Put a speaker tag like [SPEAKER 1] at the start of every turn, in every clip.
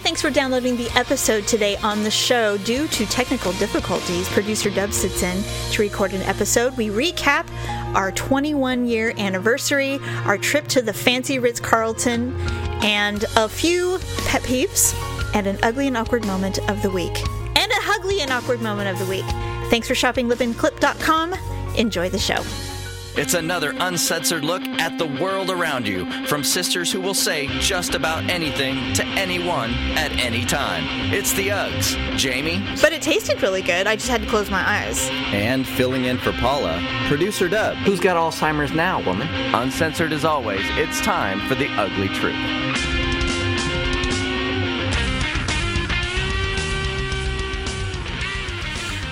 [SPEAKER 1] thanks for downloading the episode today on the show. Due to technical difficulties, producer Dub sits in to record an episode. We recap our 21 year anniversary, our trip to the fancy Ritz Carlton, and a few pet peeves and an ugly and awkward moment of the week. And a hugly and awkward moment of the week. Thanks for shopping lipandclip.com. Enjoy the show.
[SPEAKER 2] It's another uncensored look at the world around you from sisters who will say just about anything to anyone at any time. It's the Uggs, Jamie,
[SPEAKER 1] But it tasted really good. I just had to close my eyes.
[SPEAKER 2] and filling in for Paula, producer Dub.
[SPEAKER 3] Who's got Alzheimer's now, woman?
[SPEAKER 2] Uncensored as always, it's time for the ugly truth.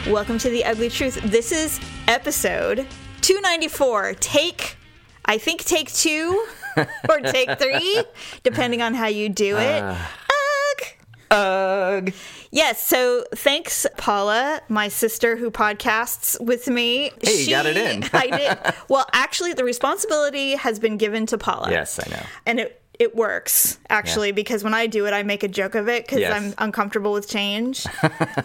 [SPEAKER 1] Welcome to the Ugly Truth. This is episode 294. Take, I think, take two or take three, depending on how you do it. Ugh.
[SPEAKER 3] Ah. Ugh.
[SPEAKER 1] Yes. So thanks, Paula, my sister who podcasts with me.
[SPEAKER 3] Hey, you got it in.
[SPEAKER 1] I did. Well, actually, the responsibility has been given to Paula.
[SPEAKER 3] Yes, I know.
[SPEAKER 1] And it, it works actually because when I do it, I make a joke of it because
[SPEAKER 3] Yes.
[SPEAKER 1] I'm uncomfortable with change.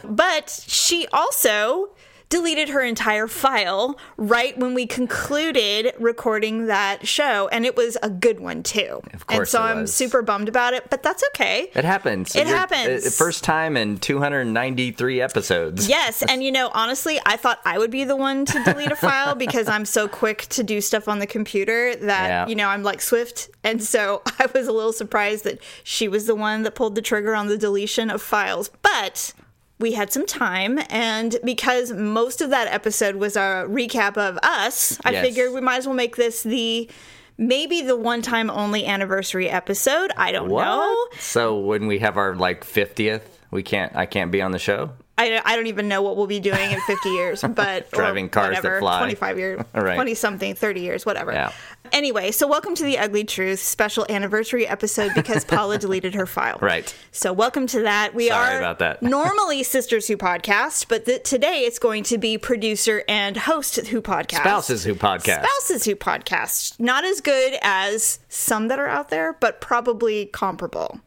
[SPEAKER 1] but she also deleted her entire file right when we concluded recording that show, and it was a good one too.
[SPEAKER 3] Of
[SPEAKER 1] and
[SPEAKER 3] course
[SPEAKER 1] so
[SPEAKER 3] it
[SPEAKER 1] I'm
[SPEAKER 3] was.
[SPEAKER 1] super bummed about it, but that's okay.
[SPEAKER 3] It happens.
[SPEAKER 1] It
[SPEAKER 3] You're-
[SPEAKER 1] happens.
[SPEAKER 3] uh, first time in 293 episodes.
[SPEAKER 1] Yes, and you know, honestly, I thought I would be the one to delete a file because I'm so quick to do stuff on the computer that
[SPEAKER 3] Yeah.
[SPEAKER 1] you know I'm like Swift, and so I was a little surprised that she was the one that pulled the trigger on the deletion of files. But we had some time, and because most of that episode was a recap of us, I
[SPEAKER 3] Yes.
[SPEAKER 1] figured we might as well make this the maybe the one time only anniversary episode. I don't
[SPEAKER 3] What?
[SPEAKER 1] know.
[SPEAKER 3] So when we have our like 50th, we can't. I can't be on the show.
[SPEAKER 1] I, I don't even know what we'll be doing in 50 years, but or
[SPEAKER 3] Driving cars that
[SPEAKER 1] whatever,
[SPEAKER 3] fly.
[SPEAKER 1] 25 years,
[SPEAKER 3] Right.
[SPEAKER 1] 20 something, 30 years, whatever.
[SPEAKER 3] Yeah.
[SPEAKER 1] Anyway, so welcome to the Ugly Truth special anniversary episode because Paula deleted her file.
[SPEAKER 3] Right.
[SPEAKER 1] So welcome to that. We are
[SPEAKER 3] Sorry about that.
[SPEAKER 1] normally Sisters Who podcast, but th- today it's going to be producer and host Who podcast.
[SPEAKER 3] Spouses Who podcast.
[SPEAKER 1] Spouses Who podcast. Not as good as some that are out there, but probably comparable.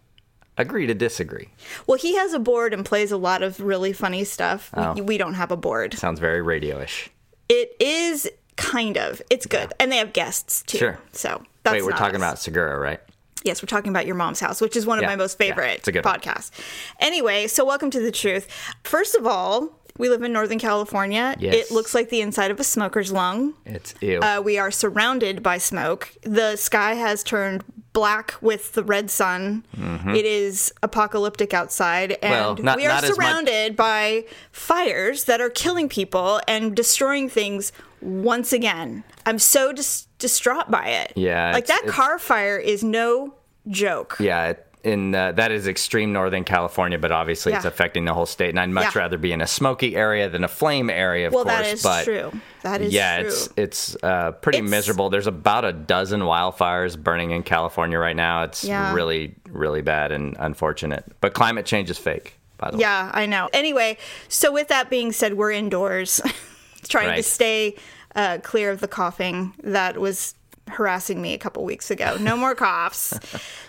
[SPEAKER 3] Agree to disagree.
[SPEAKER 1] Well, he has a board and plays a lot of really funny stuff.
[SPEAKER 3] Oh.
[SPEAKER 1] We, we don't have a board.
[SPEAKER 3] Sounds very radio-ish.
[SPEAKER 1] It is kind of. It's good, and they have guests too.
[SPEAKER 3] Sure.
[SPEAKER 1] So that's
[SPEAKER 3] Wait, we're
[SPEAKER 1] not
[SPEAKER 3] talking
[SPEAKER 1] us.
[SPEAKER 3] about Segura, right?
[SPEAKER 1] yes, we're talking about your mom's house, which is one of
[SPEAKER 3] Yeah,
[SPEAKER 1] my most
[SPEAKER 3] yeah,
[SPEAKER 1] favorite
[SPEAKER 3] it's a good one.
[SPEAKER 1] podcasts. Anyway, so welcome to the truth. First of all, we live in Northern California.
[SPEAKER 3] Yes.
[SPEAKER 1] It looks like the inside of a smoker's lung.
[SPEAKER 3] It's ew.
[SPEAKER 1] Uh, we are surrounded by smoke. The sky has turned black with the red sun. It is apocalyptic outside, and
[SPEAKER 3] Mm-hmm. Well, not-
[SPEAKER 1] we are
[SPEAKER 3] not as much-
[SPEAKER 1] surrounded by fires that are killing people and destroying things once again. I'm so dis- distraught by it.
[SPEAKER 3] Yeah,
[SPEAKER 1] like
[SPEAKER 3] it's-
[SPEAKER 1] that
[SPEAKER 3] it's-
[SPEAKER 1] car fire is no joke.
[SPEAKER 3] yeah. It, in uh, that is extreme northern California, but obviously it's
[SPEAKER 1] Yeah.
[SPEAKER 3] affecting the whole state. And I'd much
[SPEAKER 1] Yeah.
[SPEAKER 3] rather be in a smoky area than a flame area. Of
[SPEAKER 1] well,
[SPEAKER 3] course,
[SPEAKER 1] that is
[SPEAKER 3] but
[SPEAKER 1] true. That is
[SPEAKER 3] yeah,
[SPEAKER 1] true.
[SPEAKER 3] it's it's uh, pretty
[SPEAKER 1] It's-
[SPEAKER 3] miserable. There's about a dozen wildfires burning in California right now. It's
[SPEAKER 1] Yeah.
[SPEAKER 3] really really bad and unfortunate. But climate change is fake, by the way.
[SPEAKER 1] Yeah, I know. Anyway, so with that being said, we're indoors, trying to
[SPEAKER 3] Right.
[SPEAKER 1] stay uh, clear of the coughing that was harassing me a couple weeks ago. No more coughs.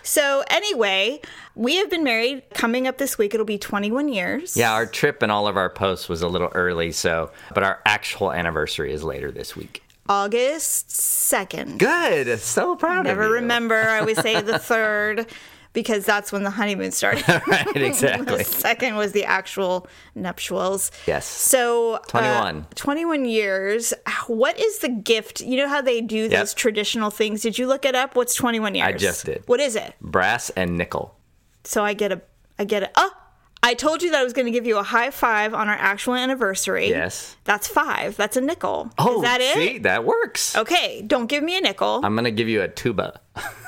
[SPEAKER 1] So anyway, we have been married. Coming up this week, it'll be 21 years.
[SPEAKER 3] Yeah, our trip and all of our posts was a little early, so but our actual anniversary is later this week.
[SPEAKER 1] August 2nd.
[SPEAKER 3] Good, so proud
[SPEAKER 1] Never
[SPEAKER 3] of you.
[SPEAKER 1] remember. I always say the third because that's when the honeymoon started.
[SPEAKER 3] right,
[SPEAKER 1] the
[SPEAKER 3] exactly.
[SPEAKER 1] second was the actual nuptials.
[SPEAKER 3] Yes.
[SPEAKER 1] So uh,
[SPEAKER 3] 21.
[SPEAKER 1] 21 years. What is the gift? You know how they do those traditional things. Did you look it up? What's 21 years?
[SPEAKER 3] just did.
[SPEAKER 1] What is it?
[SPEAKER 3] Brass and nickel.
[SPEAKER 1] So I get a I get a oh I told you that I was going to give you a high five on our actual anniversary.
[SPEAKER 3] Yes.
[SPEAKER 1] That's five. That's a nickel.
[SPEAKER 3] Oh,
[SPEAKER 1] is that it? Oh.
[SPEAKER 3] see, that works.
[SPEAKER 1] Okay, don't give me a nickel.
[SPEAKER 3] I'm gonna give you a tuba.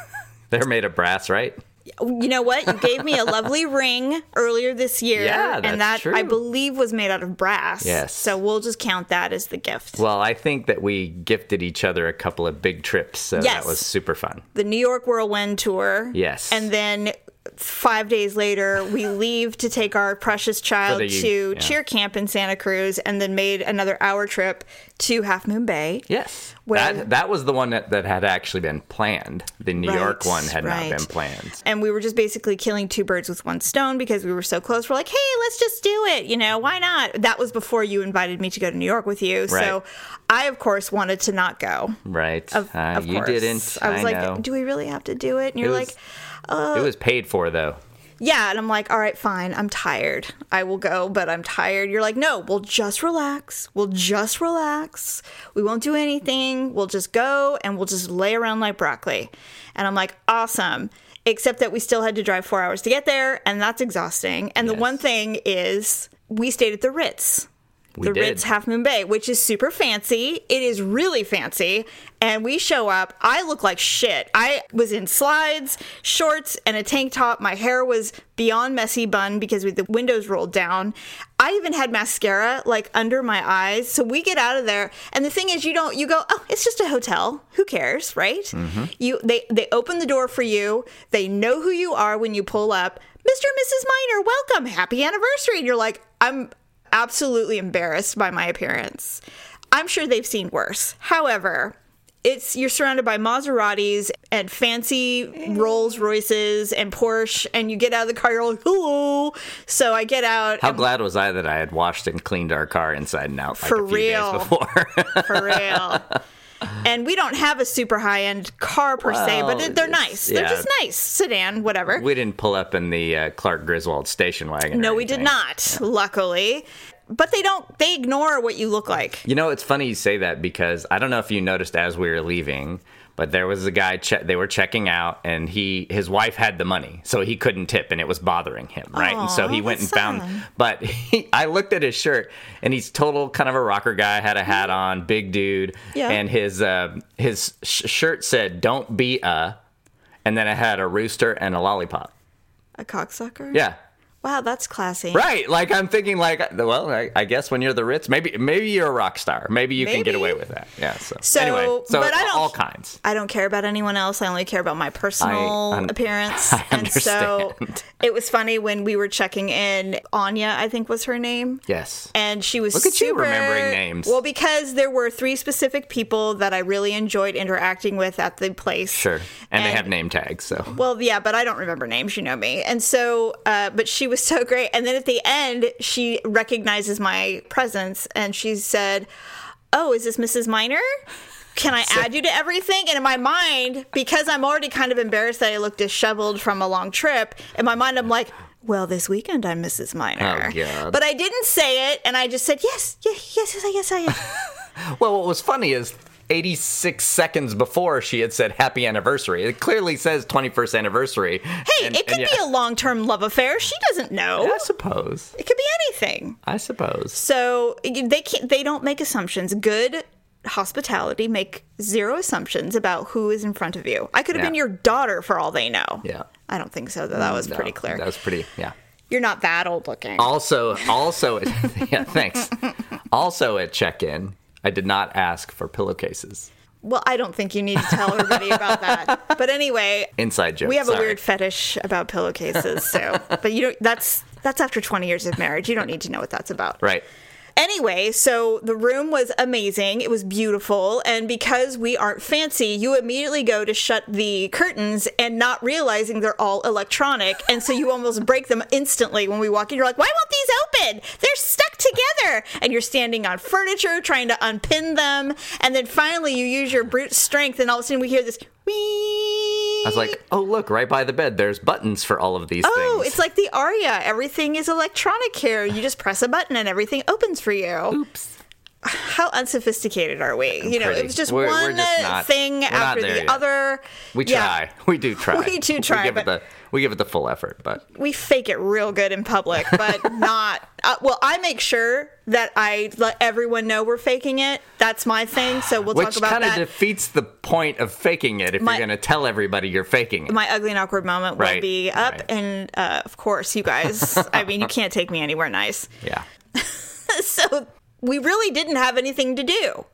[SPEAKER 3] They're made of brass, right?
[SPEAKER 1] you know what? You gave me a lovely ring earlier this year,
[SPEAKER 3] Yeah,
[SPEAKER 1] and that
[SPEAKER 3] that's
[SPEAKER 1] I
[SPEAKER 3] true.
[SPEAKER 1] believe was made out of brass.
[SPEAKER 3] Yes.
[SPEAKER 1] So we'll just count that as the gift.
[SPEAKER 3] Well, I think that we gifted each other a couple of big trips, so
[SPEAKER 1] Yes.
[SPEAKER 3] that was super fun.
[SPEAKER 1] the New York Whirlwind tour.
[SPEAKER 3] Yes.
[SPEAKER 1] And then five days later, we leave to take our precious child
[SPEAKER 3] the
[SPEAKER 1] to
[SPEAKER 3] youth, yeah.
[SPEAKER 1] cheer camp in Santa Cruz, and then made another hour trip to Half Moon Bay.
[SPEAKER 3] Yes.
[SPEAKER 1] Well-
[SPEAKER 3] that that was the one that, that had actually been planned. The New York
[SPEAKER 1] Right,
[SPEAKER 3] one had
[SPEAKER 1] right.
[SPEAKER 3] not been planned.
[SPEAKER 1] And we were just basically killing two birds with one stone because we were so close. We're like, hey, let's just do it. You know, why not? That was before you invited me to go to New York with you.
[SPEAKER 3] Right.
[SPEAKER 1] So I, of course, wanted to not go.
[SPEAKER 3] Right.
[SPEAKER 1] Of,
[SPEAKER 3] Uh,
[SPEAKER 1] of
[SPEAKER 3] you
[SPEAKER 1] course.
[SPEAKER 3] didn't.
[SPEAKER 1] I was like,
[SPEAKER 3] know.
[SPEAKER 1] do we really have to do it? And you're
[SPEAKER 3] was-
[SPEAKER 1] like, uh,
[SPEAKER 3] it was paid for though.
[SPEAKER 1] yeah. And I'm like, all right, fine. I'm tired. I will go, but I'm tired. You're like, no, we'll just relax. We'll just relax. We won't do anything. We'll just go and we'll just lay around like broccoli. And I'm like, awesome. Except that we still had to drive four hours to get there. And that's exhausting. And the
[SPEAKER 3] Yes.
[SPEAKER 1] one thing is, we stayed at the Ritz
[SPEAKER 3] We
[SPEAKER 1] the
[SPEAKER 3] did.
[SPEAKER 1] Ritz Half Moon Bay, which is super fancy. It is really fancy. And we show up. I look like shit. I was in slides, shorts, and a tank top. My hair was beyond messy bun because we, the windows rolled down. I even had mascara like under my eyes. So we get out of there, and the thing is, you don't. You go, oh, it's just a hotel. Who cares, right?
[SPEAKER 3] Mm-hmm.
[SPEAKER 1] You they they open the door for you. They know who you are when you pull up. Mr. and Mrs. Minor, welcome. Happy anniversary. And you're like, I'm absolutely embarrassed by my appearance. I'm sure they've seen worse. However, it's you're surrounded by Maseratis and fancy Rolls Royces and Porsche, and you get out of the car, you're like, hello. So I get out
[SPEAKER 3] How glad was I that I had washed and cleaned our car inside and out like
[SPEAKER 1] For
[SPEAKER 3] a few
[SPEAKER 1] real.
[SPEAKER 3] days before.
[SPEAKER 1] for real. And we don't have a super high end car per se, but
[SPEAKER 3] Well,
[SPEAKER 1] it- they're
[SPEAKER 3] it's-
[SPEAKER 1] nice. They're
[SPEAKER 3] yeah.
[SPEAKER 1] just nice. Sedan, whatever.
[SPEAKER 3] we didn't pull up in the uh, Clark Griswold station wagon. or
[SPEAKER 1] No, we did
[SPEAKER 3] anything.
[SPEAKER 1] not, luckily. But they don't, they ignore what you look like.
[SPEAKER 3] You know, it's funny you say that because I don't know if you noticed as we were leaving, but there was a guy che- they were checking out, and he his wife had the money, so he couldn't tip, and it was bothering him, right? and so
[SPEAKER 1] Aw,
[SPEAKER 3] he went and
[SPEAKER 1] that's sad.
[SPEAKER 3] found. But he, I looked at his shirt, and he's total kind of a rocker guy, had a hat on, big dude,
[SPEAKER 1] Mm-hmm. Yeah.
[SPEAKER 3] and his uh, his sh- shirt said "Don't be a," and then it had a rooster and a lollipop.
[SPEAKER 1] A cocksucker?
[SPEAKER 3] Yeah.
[SPEAKER 1] Wow, that's classy.
[SPEAKER 3] Right, like I'm thinking, like, well, I, I guess when you're the Ritz, maybe, maybe you're a rock star, maybe you can get
[SPEAKER 1] Maybe.
[SPEAKER 3] away with that. Yeah. So,
[SPEAKER 1] So,
[SPEAKER 3] anyway, so
[SPEAKER 1] but I don't-
[SPEAKER 3] all kinds.
[SPEAKER 1] I don't care about anyone else. I only care about my personal
[SPEAKER 3] I un-
[SPEAKER 1] appearance.
[SPEAKER 3] I
[SPEAKER 1] and so
[SPEAKER 3] understand.
[SPEAKER 1] it was funny when we were checking in, Anya, I think was her name.
[SPEAKER 3] Yes.
[SPEAKER 1] and she was
[SPEAKER 3] Look at you
[SPEAKER 1] super-
[SPEAKER 3] remembering names.
[SPEAKER 1] Well, because there were three specific people that I really enjoyed interacting with at the place.
[SPEAKER 3] sure. And, they have name tags, so
[SPEAKER 1] Well, yeah, but I don't remember names. You know me, and so, uh, but she was so great. And then at the end, she recognizes my presence, and she said, "Oh, is this Mrs. Minor?" Can I add you to everything? And in my mind, because I'm already kind of embarrassed that I look disheveled from a long trip, in my mind, I'm like, well, this weekend I'm Mrs. Minor.
[SPEAKER 3] Oh, God.
[SPEAKER 1] But I didn't say it, and I just said, yes, yes, yes, yes, yes, I am.
[SPEAKER 3] well, what was funny is 86 seconds before she had said happy anniversary. It clearly says 21st anniversary.
[SPEAKER 1] Hey, it could be a long term love affair. She doesn't know.
[SPEAKER 3] I suppose.
[SPEAKER 1] It could be anything.
[SPEAKER 3] I suppose.
[SPEAKER 1] So they can't. They don't make assumptions. Good hospitality make zero assumptions about who is in front of you. I could have
[SPEAKER 3] Yeah.
[SPEAKER 1] been your daughter for all they know.
[SPEAKER 3] Yeah.
[SPEAKER 1] I don't think so. Though that was
[SPEAKER 3] No,
[SPEAKER 1] pretty clear.
[SPEAKER 3] That was pretty. Yeah.
[SPEAKER 1] You're not that old looking.
[SPEAKER 3] Also, also, yeah. Thanks. Also, at check-in, I did not ask for pillowcases.
[SPEAKER 1] well, I don't think you need to tell everybody about that. But anyway,
[SPEAKER 3] Inside joke.
[SPEAKER 1] we have a
[SPEAKER 3] sorry.
[SPEAKER 1] weird fetish about pillowcases. So, but you don't. That's that's after 20 years of marriage. You don't need to know what that's about.
[SPEAKER 3] Right.
[SPEAKER 1] Anyway, so the room was amazing. It was beautiful. And because we aren't fancy, you immediately go to shut the curtains and not realizing they're all electronic. And so you almost break them instantly when we walk in. You're like, why won't these open? They're stuck together. And you're standing on furniture trying to unpin them. And then finally, you use your brute strength. And all of a sudden, we hear this wee.
[SPEAKER 3] I was like, oh look, right by the bed, there's buttons for all of these
[SPEAKER 1] Oh,
[SPEAKER 3] things.
[SPEAKER 1] it's like the aria. Everything is electronic here. You just press a button and everything opens for you. Oops. How unsophisticated are we? you know, it
[SPEAKER 3] pretty.
[SPEAKER 1] was just
[SPEAKER 3] We're- we're
[SPEAKER 1] one
[SPEAKER 3] just
[SPEAKER 1] uh,
[SPEAKER 3] not- we're
[SPEAKER 1] thing
[SPEAKER 3] not
[SPEAKER 1] after
[SPEAKER 3] there
[SPEAKER 1] the
[SPEAKER 3] yet.
[SPEAKER 1] other.
[SPEAKER 3] we
[SPEAKER 1] Yeah.
[SPEAKER 3] try. We do try.
[SPEAKER 1] We do try,
[SPEAKER 3] We give
[SPEAKER 1] but-
[SPEAKER 3] it the we give it the full effort, but
[SPEAKER 1] We fake it real good in public, but not. Uh, well, I make sure that I let everyone know we're faking it. That's my thing. So we'll
[SPEAKER 3] which
[SPEAKER 1] talk about
[SPEAKER 3] kind of
[SPEAKER 1] that.
[SPEAKER 3] defeats the point of faking it if
[SPEAKER 1] My-
[SPEAKER 3] you're going to tell everybody you're faking it.
[SPEAKER 1] my ugly and awkward moment will
[SPEAKER 3] Right,
[SPEAKER 1] be up,
[SPEAKER 3] right.
[SPEAKER 1] and uh, of course, you guys. I mean, you can't take me anywhere nice.
[SPEAKER 3] yeah.
[SPEAKER 1] so we really didn't have anything to do.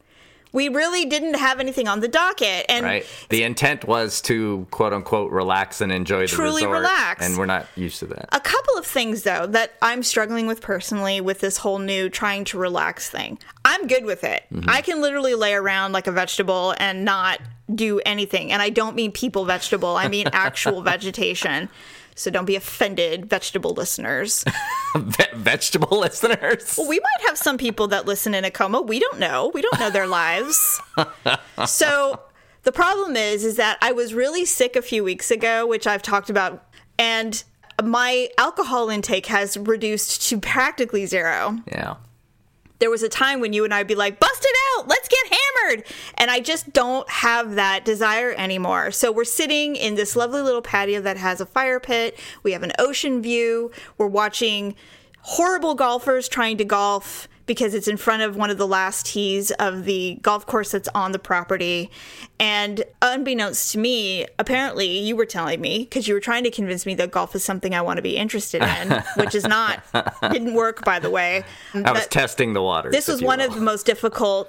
[SPEAKER 1] we really didn't have anything on the docket, and
[SPEAKER 3] right? The intent was to quote unquote relax and enjoy the
[SPEAKER 1] Truly
[SPEAKER 3] resort,
[SPEAKER 1] relax.
[SPEAKER 3] and we're not used to that.
[SPEAKER 1] a couple of things though that I'm struggling with personally with this whole new trying to relax thing. I'm good with it. I can literally lay around like a vegetable and not do anything. And I don't mean people vegetable, I mean actual vegetation. So don't be offended, vegetable listeners. Um,
[SPEAKER 3] Ve- vegetable listeners.
[SPEAKER 1] We might have some people that listen in a coma. We don't know. We don't know their lives. so the problem is, is that I was really sick a few weeks ago, which I've talked about, and my alcohol intake has reduced to practically zero.
[SPEAKER 3] Yeah.
[SPEAKER 1] There was a time when you and I'd be like, bust it out, let's get hammered. And I just don't have that desire anymore. So we're sitting in this lovely little patio that has a fire pit. We have an ocean view. We're watching horrible golfers trying to golf because it's in front of one of the last tees of the golf course that's on the property. And unbeknownst to me, apparently you were telling me, because you were trying to convince me that golf is something I want to be interested in, which is not, didn't work, by the way.
[SPEAKER 3] I was
[SPEAKER 1] That-
[SPEAKER 3] testing the waters.
[SPEAKER 1] this was
[SPEAKER 3] if you
[SPEAKER 1] one
[SPEAKER 3] will.
[SPEAKER 1] of the most difficult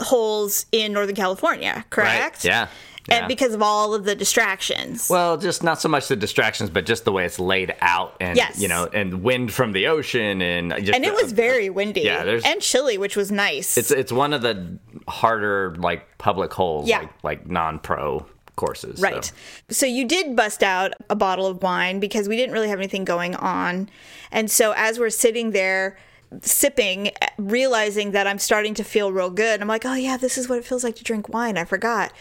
[SPEAKER 1] holes in Northern California, correct?
[SPEAKER 3] Yeah.
[SPEAKER 1] And
[SPEAKER 3] Yeah.
[SPEAKER 1] because of all of the distractions.
[SPEAKER 3] Well, just not so much the distractions, but just the way it's laid out, and
[SPEAKER 1] Yes.
[SPEAKER 3] you know, and wind from the ocean, and just
[SPEAKER 1] and it was very windy
[SPEAKER 3] Yeah, there's-
[SPEAKER 1] and chilly, which was nice.
[SPEAKER 3] It's it's one of the harder like public holes,
[SPEAKER 1] Yeah.
[SPEAKER 3] like, like non pro courses. so.
[SPEAKER 1] Right. So. you did bust out a bottle of wine because we didn't really have anything going on. And so as we're sitting there sipping, realizing that I'm starting to feel real good, I'm like, oh yeah, this is what it feels like to drink wine. I forgot.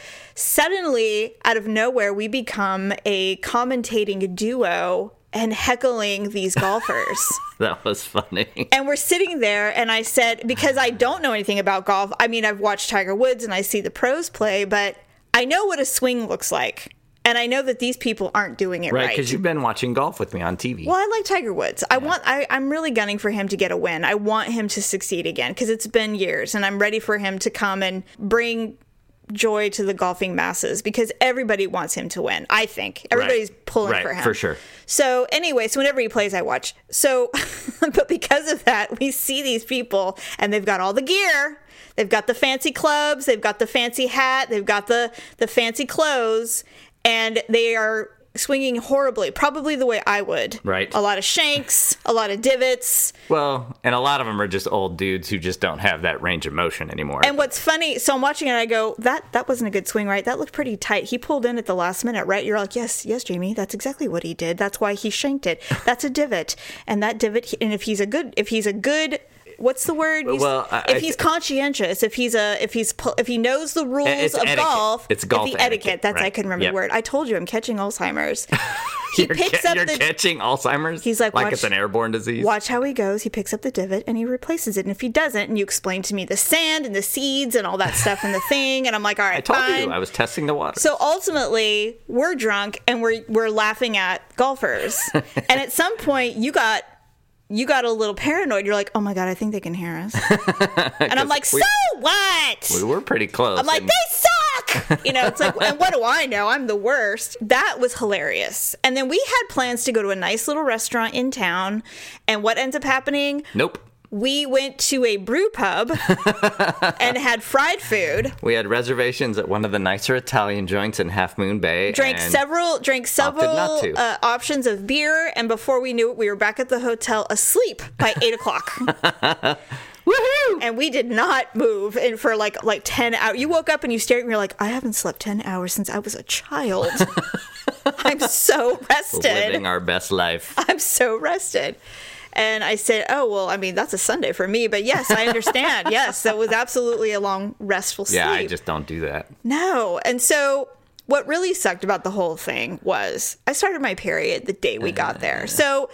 [SPEAKER 1] Suddenly, out of nowhere, we become a commentating duo and heckling these golfers.
[SPEAKER 3] That was funny.
[SPEAKER 1] and we're sitting there and i said because i don't know anything about golf i mean i've watched tiger woods and i see the pros play but i know what a swing looks like and i know that these people aren't doing it
[SPEAKER 3] Right,
[SPEAKER 1] right,
[SPEAKER 3] because you've been watching golf with me on TV.
[SPEAKER 1] well i like tiger woods i want I, i'm really gunning for him to get a win i want him to succeed again because it's been years and i'm ready for him to come and bring joy to the golfing masses because everybody wants him to win i think everybody's pulling
[SPEAKER 3] Right,
[SPEAKER 1] for him
[SPEAKER 3] for sure.
[SPEAKER 1] so anyway, so whenever he plays, I watch. So, but because of that, we see these people, and they've got all the gear. They've got the fancy clubs. They've got the fancy hat. They've got the the fancy clothes, and they are swinging horribly. Probably the way I would.
[SPEAKER 3] Right.
[SPEAKER 1] A lot of shanks. A lot of divots.
[SPEAKER 3] Well, and a lot of them are just old dudes who just don't have that range of motion anymore.
[SPEAKER 1] And what's funny? So I'm watching it. and I go, that that wasn't a good swing, right? That looked pretty tight. He pulled in at the last minute, right? You're like, yes, yes, Jamie. That's exactly what he did. That's why he shanked it. That's a divot, and that divot. And if he's a good, if he's a good, what's the word? He's-
[SPEAKER 3] Well, I-
[SPEAKER 1] if
[SPEAKER 3] I-
[SPEAKER 1] he's conscientious, if he's a, if he's, pu- if he knows the rules
[SPEAKER 3] It's
[SPEAKER 1] of
[SPEAKER 3] etiquette.
[SPEAKER 1] golf,
[SPEAKER 3] It's
[SPEAKER 1] if
[SPEAKER 3] golf
[SPEAKER 1] the
[SPEAKER 3] etiquette,
[SPEAKER 1] That's I
[SPEAKER 3] right.
[SPEAKER 1] couldn't remember
[SPEAKER 3] Yep.
[SPEAKER 1] the word. I told you, I'm catching Alzheimer's.
[SPEAKER 3] you're
[SPEAKER 1] picks
[SPEAKER 3] ca-
[SPEAKER 1] up
[SPEAKER 3] you're
[SPEAKER 1] the-
[SPEAKER 3] catching Alzheimer's.
[SPEAKER 1] He's like, watch-
[SPEAKER 3] it's an airborne disease.
[SPEAKER 1] Watch how he goes. He picks up the divot and he replaces it. And if he doesn't, and you explain to me the sand and the seeds and all that stuff and the thing, and I'm like, all right,
[SPEAKER 3] I told
[SPEAKER 1] fine.
[SPEAKER 3] you I was testing the water.
[SPEAKER 1] So ultimately, we're drunk and we're we're laughing at golfers. and at some point, you got you got a little paranoid. You're like, "Oh my god, I think they can hear us." and I'm like,
[SPEAKER 3] we-
[SPEAKER 1] "So what?"
[SPEAKER 3] we were pretty close.
[SPEAKER 1] I'm like,
[SPEAKER 3] and-
[SPEAKER 1] "They suck." You know, it's like, "And what do I know? I'm the worst." That was hilarious. And then we had plans to go to a nice little restaurant in town, and what ends up happening?
[SPEAKER 3] nope.
[SPEAKER 1] We went to a brew pub and had fried food.
[SPEAKER 3] We had reservations at one of the nicer Italian joints in Half Moon Bay.
[SPEAKER 1] drank
[SPEAKER 3] and
[SPEAKER 1] several drank several
[SPEAKER 3] not to.
[SPEAKER 1] uh, options of beer and before we knew it we were back at the hotel asleep by eight o'clock
[SPEAKER 3] Woohoo!
[SPEAKER 1] and we did not move and for like like 10 hours you woke up and you stared and you're like i haven't slept 10 hours since i was a child i'm so rested
[SPEAKER 3] Living our best life.
[SPEAKER 1] i'm so rested and i said oh well i mean that's a sunday for me but yes i understand yes that was absolutely a long restful sleep
[SPEAKER 3] Yeah, I just don't do that.
[SPEAKER 1] No. And so what really sucked about the whole thing was I started my period the day we got there. So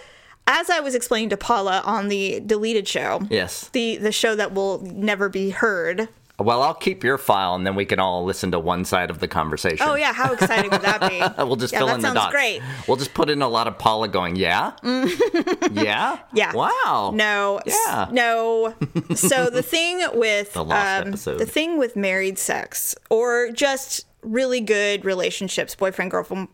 [SPEAKER 1] as I was explaining to Paula on the deleted show,
[SPEAKER 3] Yes.
[SPEAKER 1] the the show that will never be heard.
[SPEAKER 3] Well, I'll keep your file, and then we can all listen to one side of the conversation.
[SPEAKER 1] Oh yeah, how exciting would that be?
[SPEAKER 3] We'll just
[SPEAKER 1] yeah,
[SPEAKER 3] fill
[SPEAKER 1] that
[SPEAKER 3] in the
[SPEAKER 1] sounds
[SPEAKER 3] dots.
[SPEAKER 1] great.
[SPEAKER 3] We'll just put in a lot of Paula going, yeah, yeah,
[SPEAKER 1] Mm. Yeah.
[SPEAKER 3] Wow.
[SPEAKER 1] No. s-
[SPEAKER 3] Oh, Yeah.
[SPEAKER 1] No. So the thing with the,
[SPEAKER 3] lost episode.
[SPEAKER 1] the thing with married sex or just really good relationships, boyfriend, girlfriend,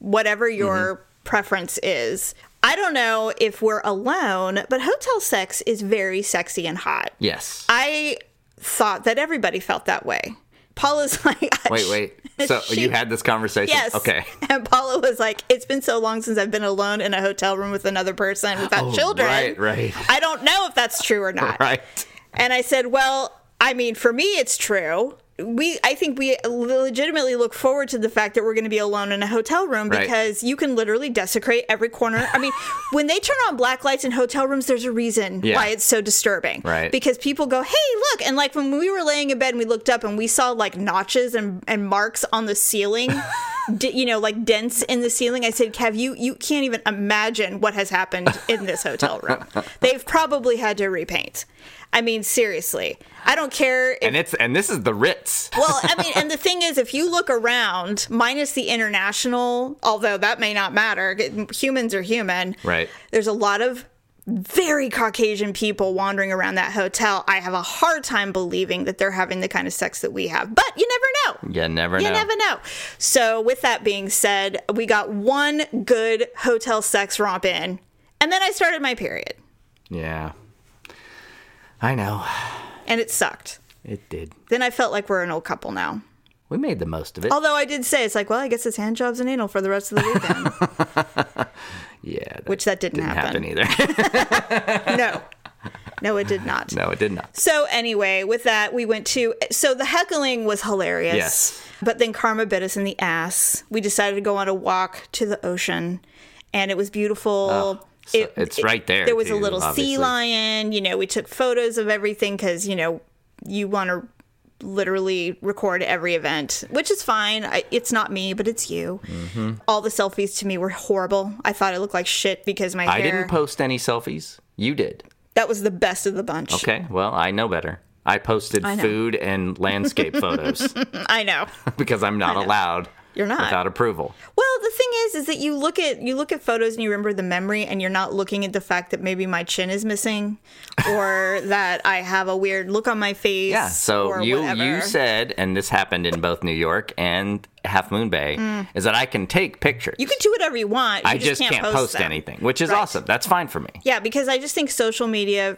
[SPEAKER 1] whatever
[SPEAKER 3] Mm-hmm.
[SPEAKER 1] your preference is. I don't know if we're alone, but hotel sex is very sexy and hot.
[SPEAKER 3] Yes.
[SPEAKER 1] I thought that everybody felt that way. Paula's like,
[SPEAKER 3] Wait, wait. So
[SPEAKER 1] She-
[SPEAKER 3] you had this conversation?
[SPEAKER 1] Yes.
[SPEAKER 3] Okay.
[SPEAKER 1] And Paula was like, "It's been so long since I've been alone in a hotel room with another person without
[SPEAKER 3] Oh,
[SPEAKER 1] children.
[SPEAKER 3] Right, right,
[SPEAKER 1] I don't know if that's true or not."
[SPEAKER 3] right.
[SPEAKER 1] And I said, "Well, I mean, for me, it's true. We, I think we legitimately look forward to the fact that we're going to be alone in a hotel room
[SPEAKER 3] Right.
[SPEAKER 1] because you can literally desecrate every corner. I mean, when they turn on black lights in hotel rooms, there's a reason
[SPEAKER 3] Yeah.
[SPEAKER 1] why it's so disturbing.
[SPEAKER 3] Right.
[SPEAKER 1] Because people go, "Hey, look!" And like when we were laying in bed and we looked up and we saw like notches and and marks on the ceiling. d- You know, like dents in the ceiling. I said, Kev, you, you can't even imagine what has happened in this hotel room. They've probably had to repaint. I mean, seriously. I don't care. If,
[SPEAKER 3] And it's and this is the Ritz.
[SPEAKER 1] well, I mean, and the thing is, if you look around, minus the international, although that may not matter, humans are human.
[SPEAKER 3] Right.
[SPEAKER 1] There's a lot of very Caucasian people wandering around that hotel. I have a hard time believing that they're having the kind of sex that we have, but you never know.
[SPEAKER 3] You never
[SPEAKER 1] You
[SPEAKER 3] know.
[SPEAKER 1] never know. So, with that being said, we got one good hotel sex romp in, and then I started my period,
[SPEAKER 3] Yeah. I know.
[SPEAKER 1] and it sucked.
[SPEAKER 3] It did.
[SPEAKER 1] Then I felt like we're an old couple now.
[SPEAKER 3] We made the most of it.
[SPEAKER 1] Although I did say it's like, well, I guess it's hand jobs and anal for the rest of the weekend,
[SPEAKER 3] yeah. That
[SPEAKER 1] which that didn't,
[SPEAKER 3] didn't happen,
[SPEAKER 1] happen.
[SPEAKER 3] either.
[SPEAKER 1] No, no, it did not.
[SPEAKER 3] no, it did not.
[SPEAKER 1] So anyway, with that, we went to. So the heckling was hilarious.
[SPEAKER 3] Yes.
[SPEAKER 1] But then karma bit us in the ass. We decided to go on a walk to the ocean, and it was beautiful.
[SPEAKER 3] Ah, so it's right there,
[SPEAKER 1] There was a
[SPEAKER 3] too,
[SPEAKER 1] little
[SPEAKER 3] obviously.
[SPEAKER 1] sea lion. You know, we took photos of everything because you know you want to literally record every event, which is fine. I, it's not me, but it's you.
[SPEAKER 3] Mm-hmm.
[SPEAKER 1] All the selfies to me were horrible. I thought it looked like shit because my
[SPEAKER 3] I
[SPEAKER 1] hair.
[SPEAKER 3] didn't post any selfies. You did.
[SPEAKER 1] that was the best of the bunch.
[SPEAKER 3] Okay. Well, I know better. I posted
[SPEAKER 1] know.
[SPEAKER 3] food and landscape photos
[SPEAKER 1] I know.
[SPEAKER 3] because I'm not allowed.
[SPEAKER 1] You're not.
[SPEAKER 3] without approval.
[SPEAKER 1] Well, the thing is, is that you look at you look at photos and you remember the memory, and you're not looking at the fact that maybe my chin is missing, or that I have a weird look on my face.
[SPEAKER 3] Yeah. So
[SPEAKER 1] or
[SPEAKER 3] you
[SPEAKER 1] whatever.
[SPEAKER 3] you said, and this happened in both New York and Half Moon Bay, is that I can take pictures.
[SPEAKER 1] Mm. you can do whatever you want. You
[SPEAKER 3] I just, can't, post,
[SPEAKER 1] them.
[SPEAKER 3] anything, which is
[SPEAKER 1] Right.
[SPEAKER 3] awesome. That's fine for me.
[SPEAKER 1] Yeah, because I just think social media,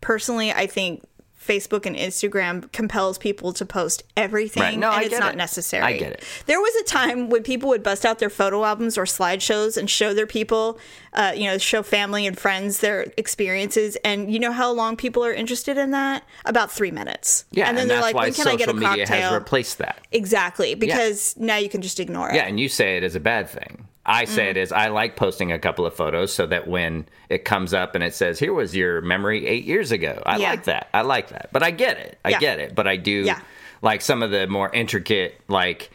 [SPEAKER 1] personally, I think Facebook and Instagram compels people to post everything,
[SPEAKER 3] Right. No,
[SPEAKER 1] and
[SPEAKER 3] I
[SPEAKER 1] it's
[SPEAKER 3] get
[SPEAKER 1] not
[SPEAKER 3] it.
[SPEAKER 1] necessary.
[SPEAKER 3] I get it.
[SPEAKER 1] There was a time when people would bust out their photo albums or slideshows and show their people, uh, you know, show family and friends their experiences, and you know how long people are interested in that? About three minutes.
[SPEAKER 3] Yeah,
[SPEAKER 1] and then they're
[SPEAKER 3] that's
[SPEAKER 1] like,
[SPEAKER 3] why
[SPEAKER 1] "When can
[SPEAKER 3] social
[SPEAKER 1] I get a
[SPEAKER 3] media has
[SPEAKER 1] cocktail?"
[SPEAKER 3] replaced that.
[SPEAKER 1] exactly, because now you can just ignore it.
[SPEAKER 3] Yeah, and you say it is a bad thing. I say
[SPEAKER 1] Mm-hmm.
[SPEAKER 3] it is. I like posting a couple of photos so that when it comes up and it says, "Here was your memory eight years ago," I
[SPEAKER 1] Yeah.
[SPEAKER 3] like that. I like that. But I get it. I
[SPEAKER 1] Yeah.
[SPEAKER 3] get it. But I do
[SPEAKER 1] Yeah.
[SPEAKER 3] like some of the more intricate, like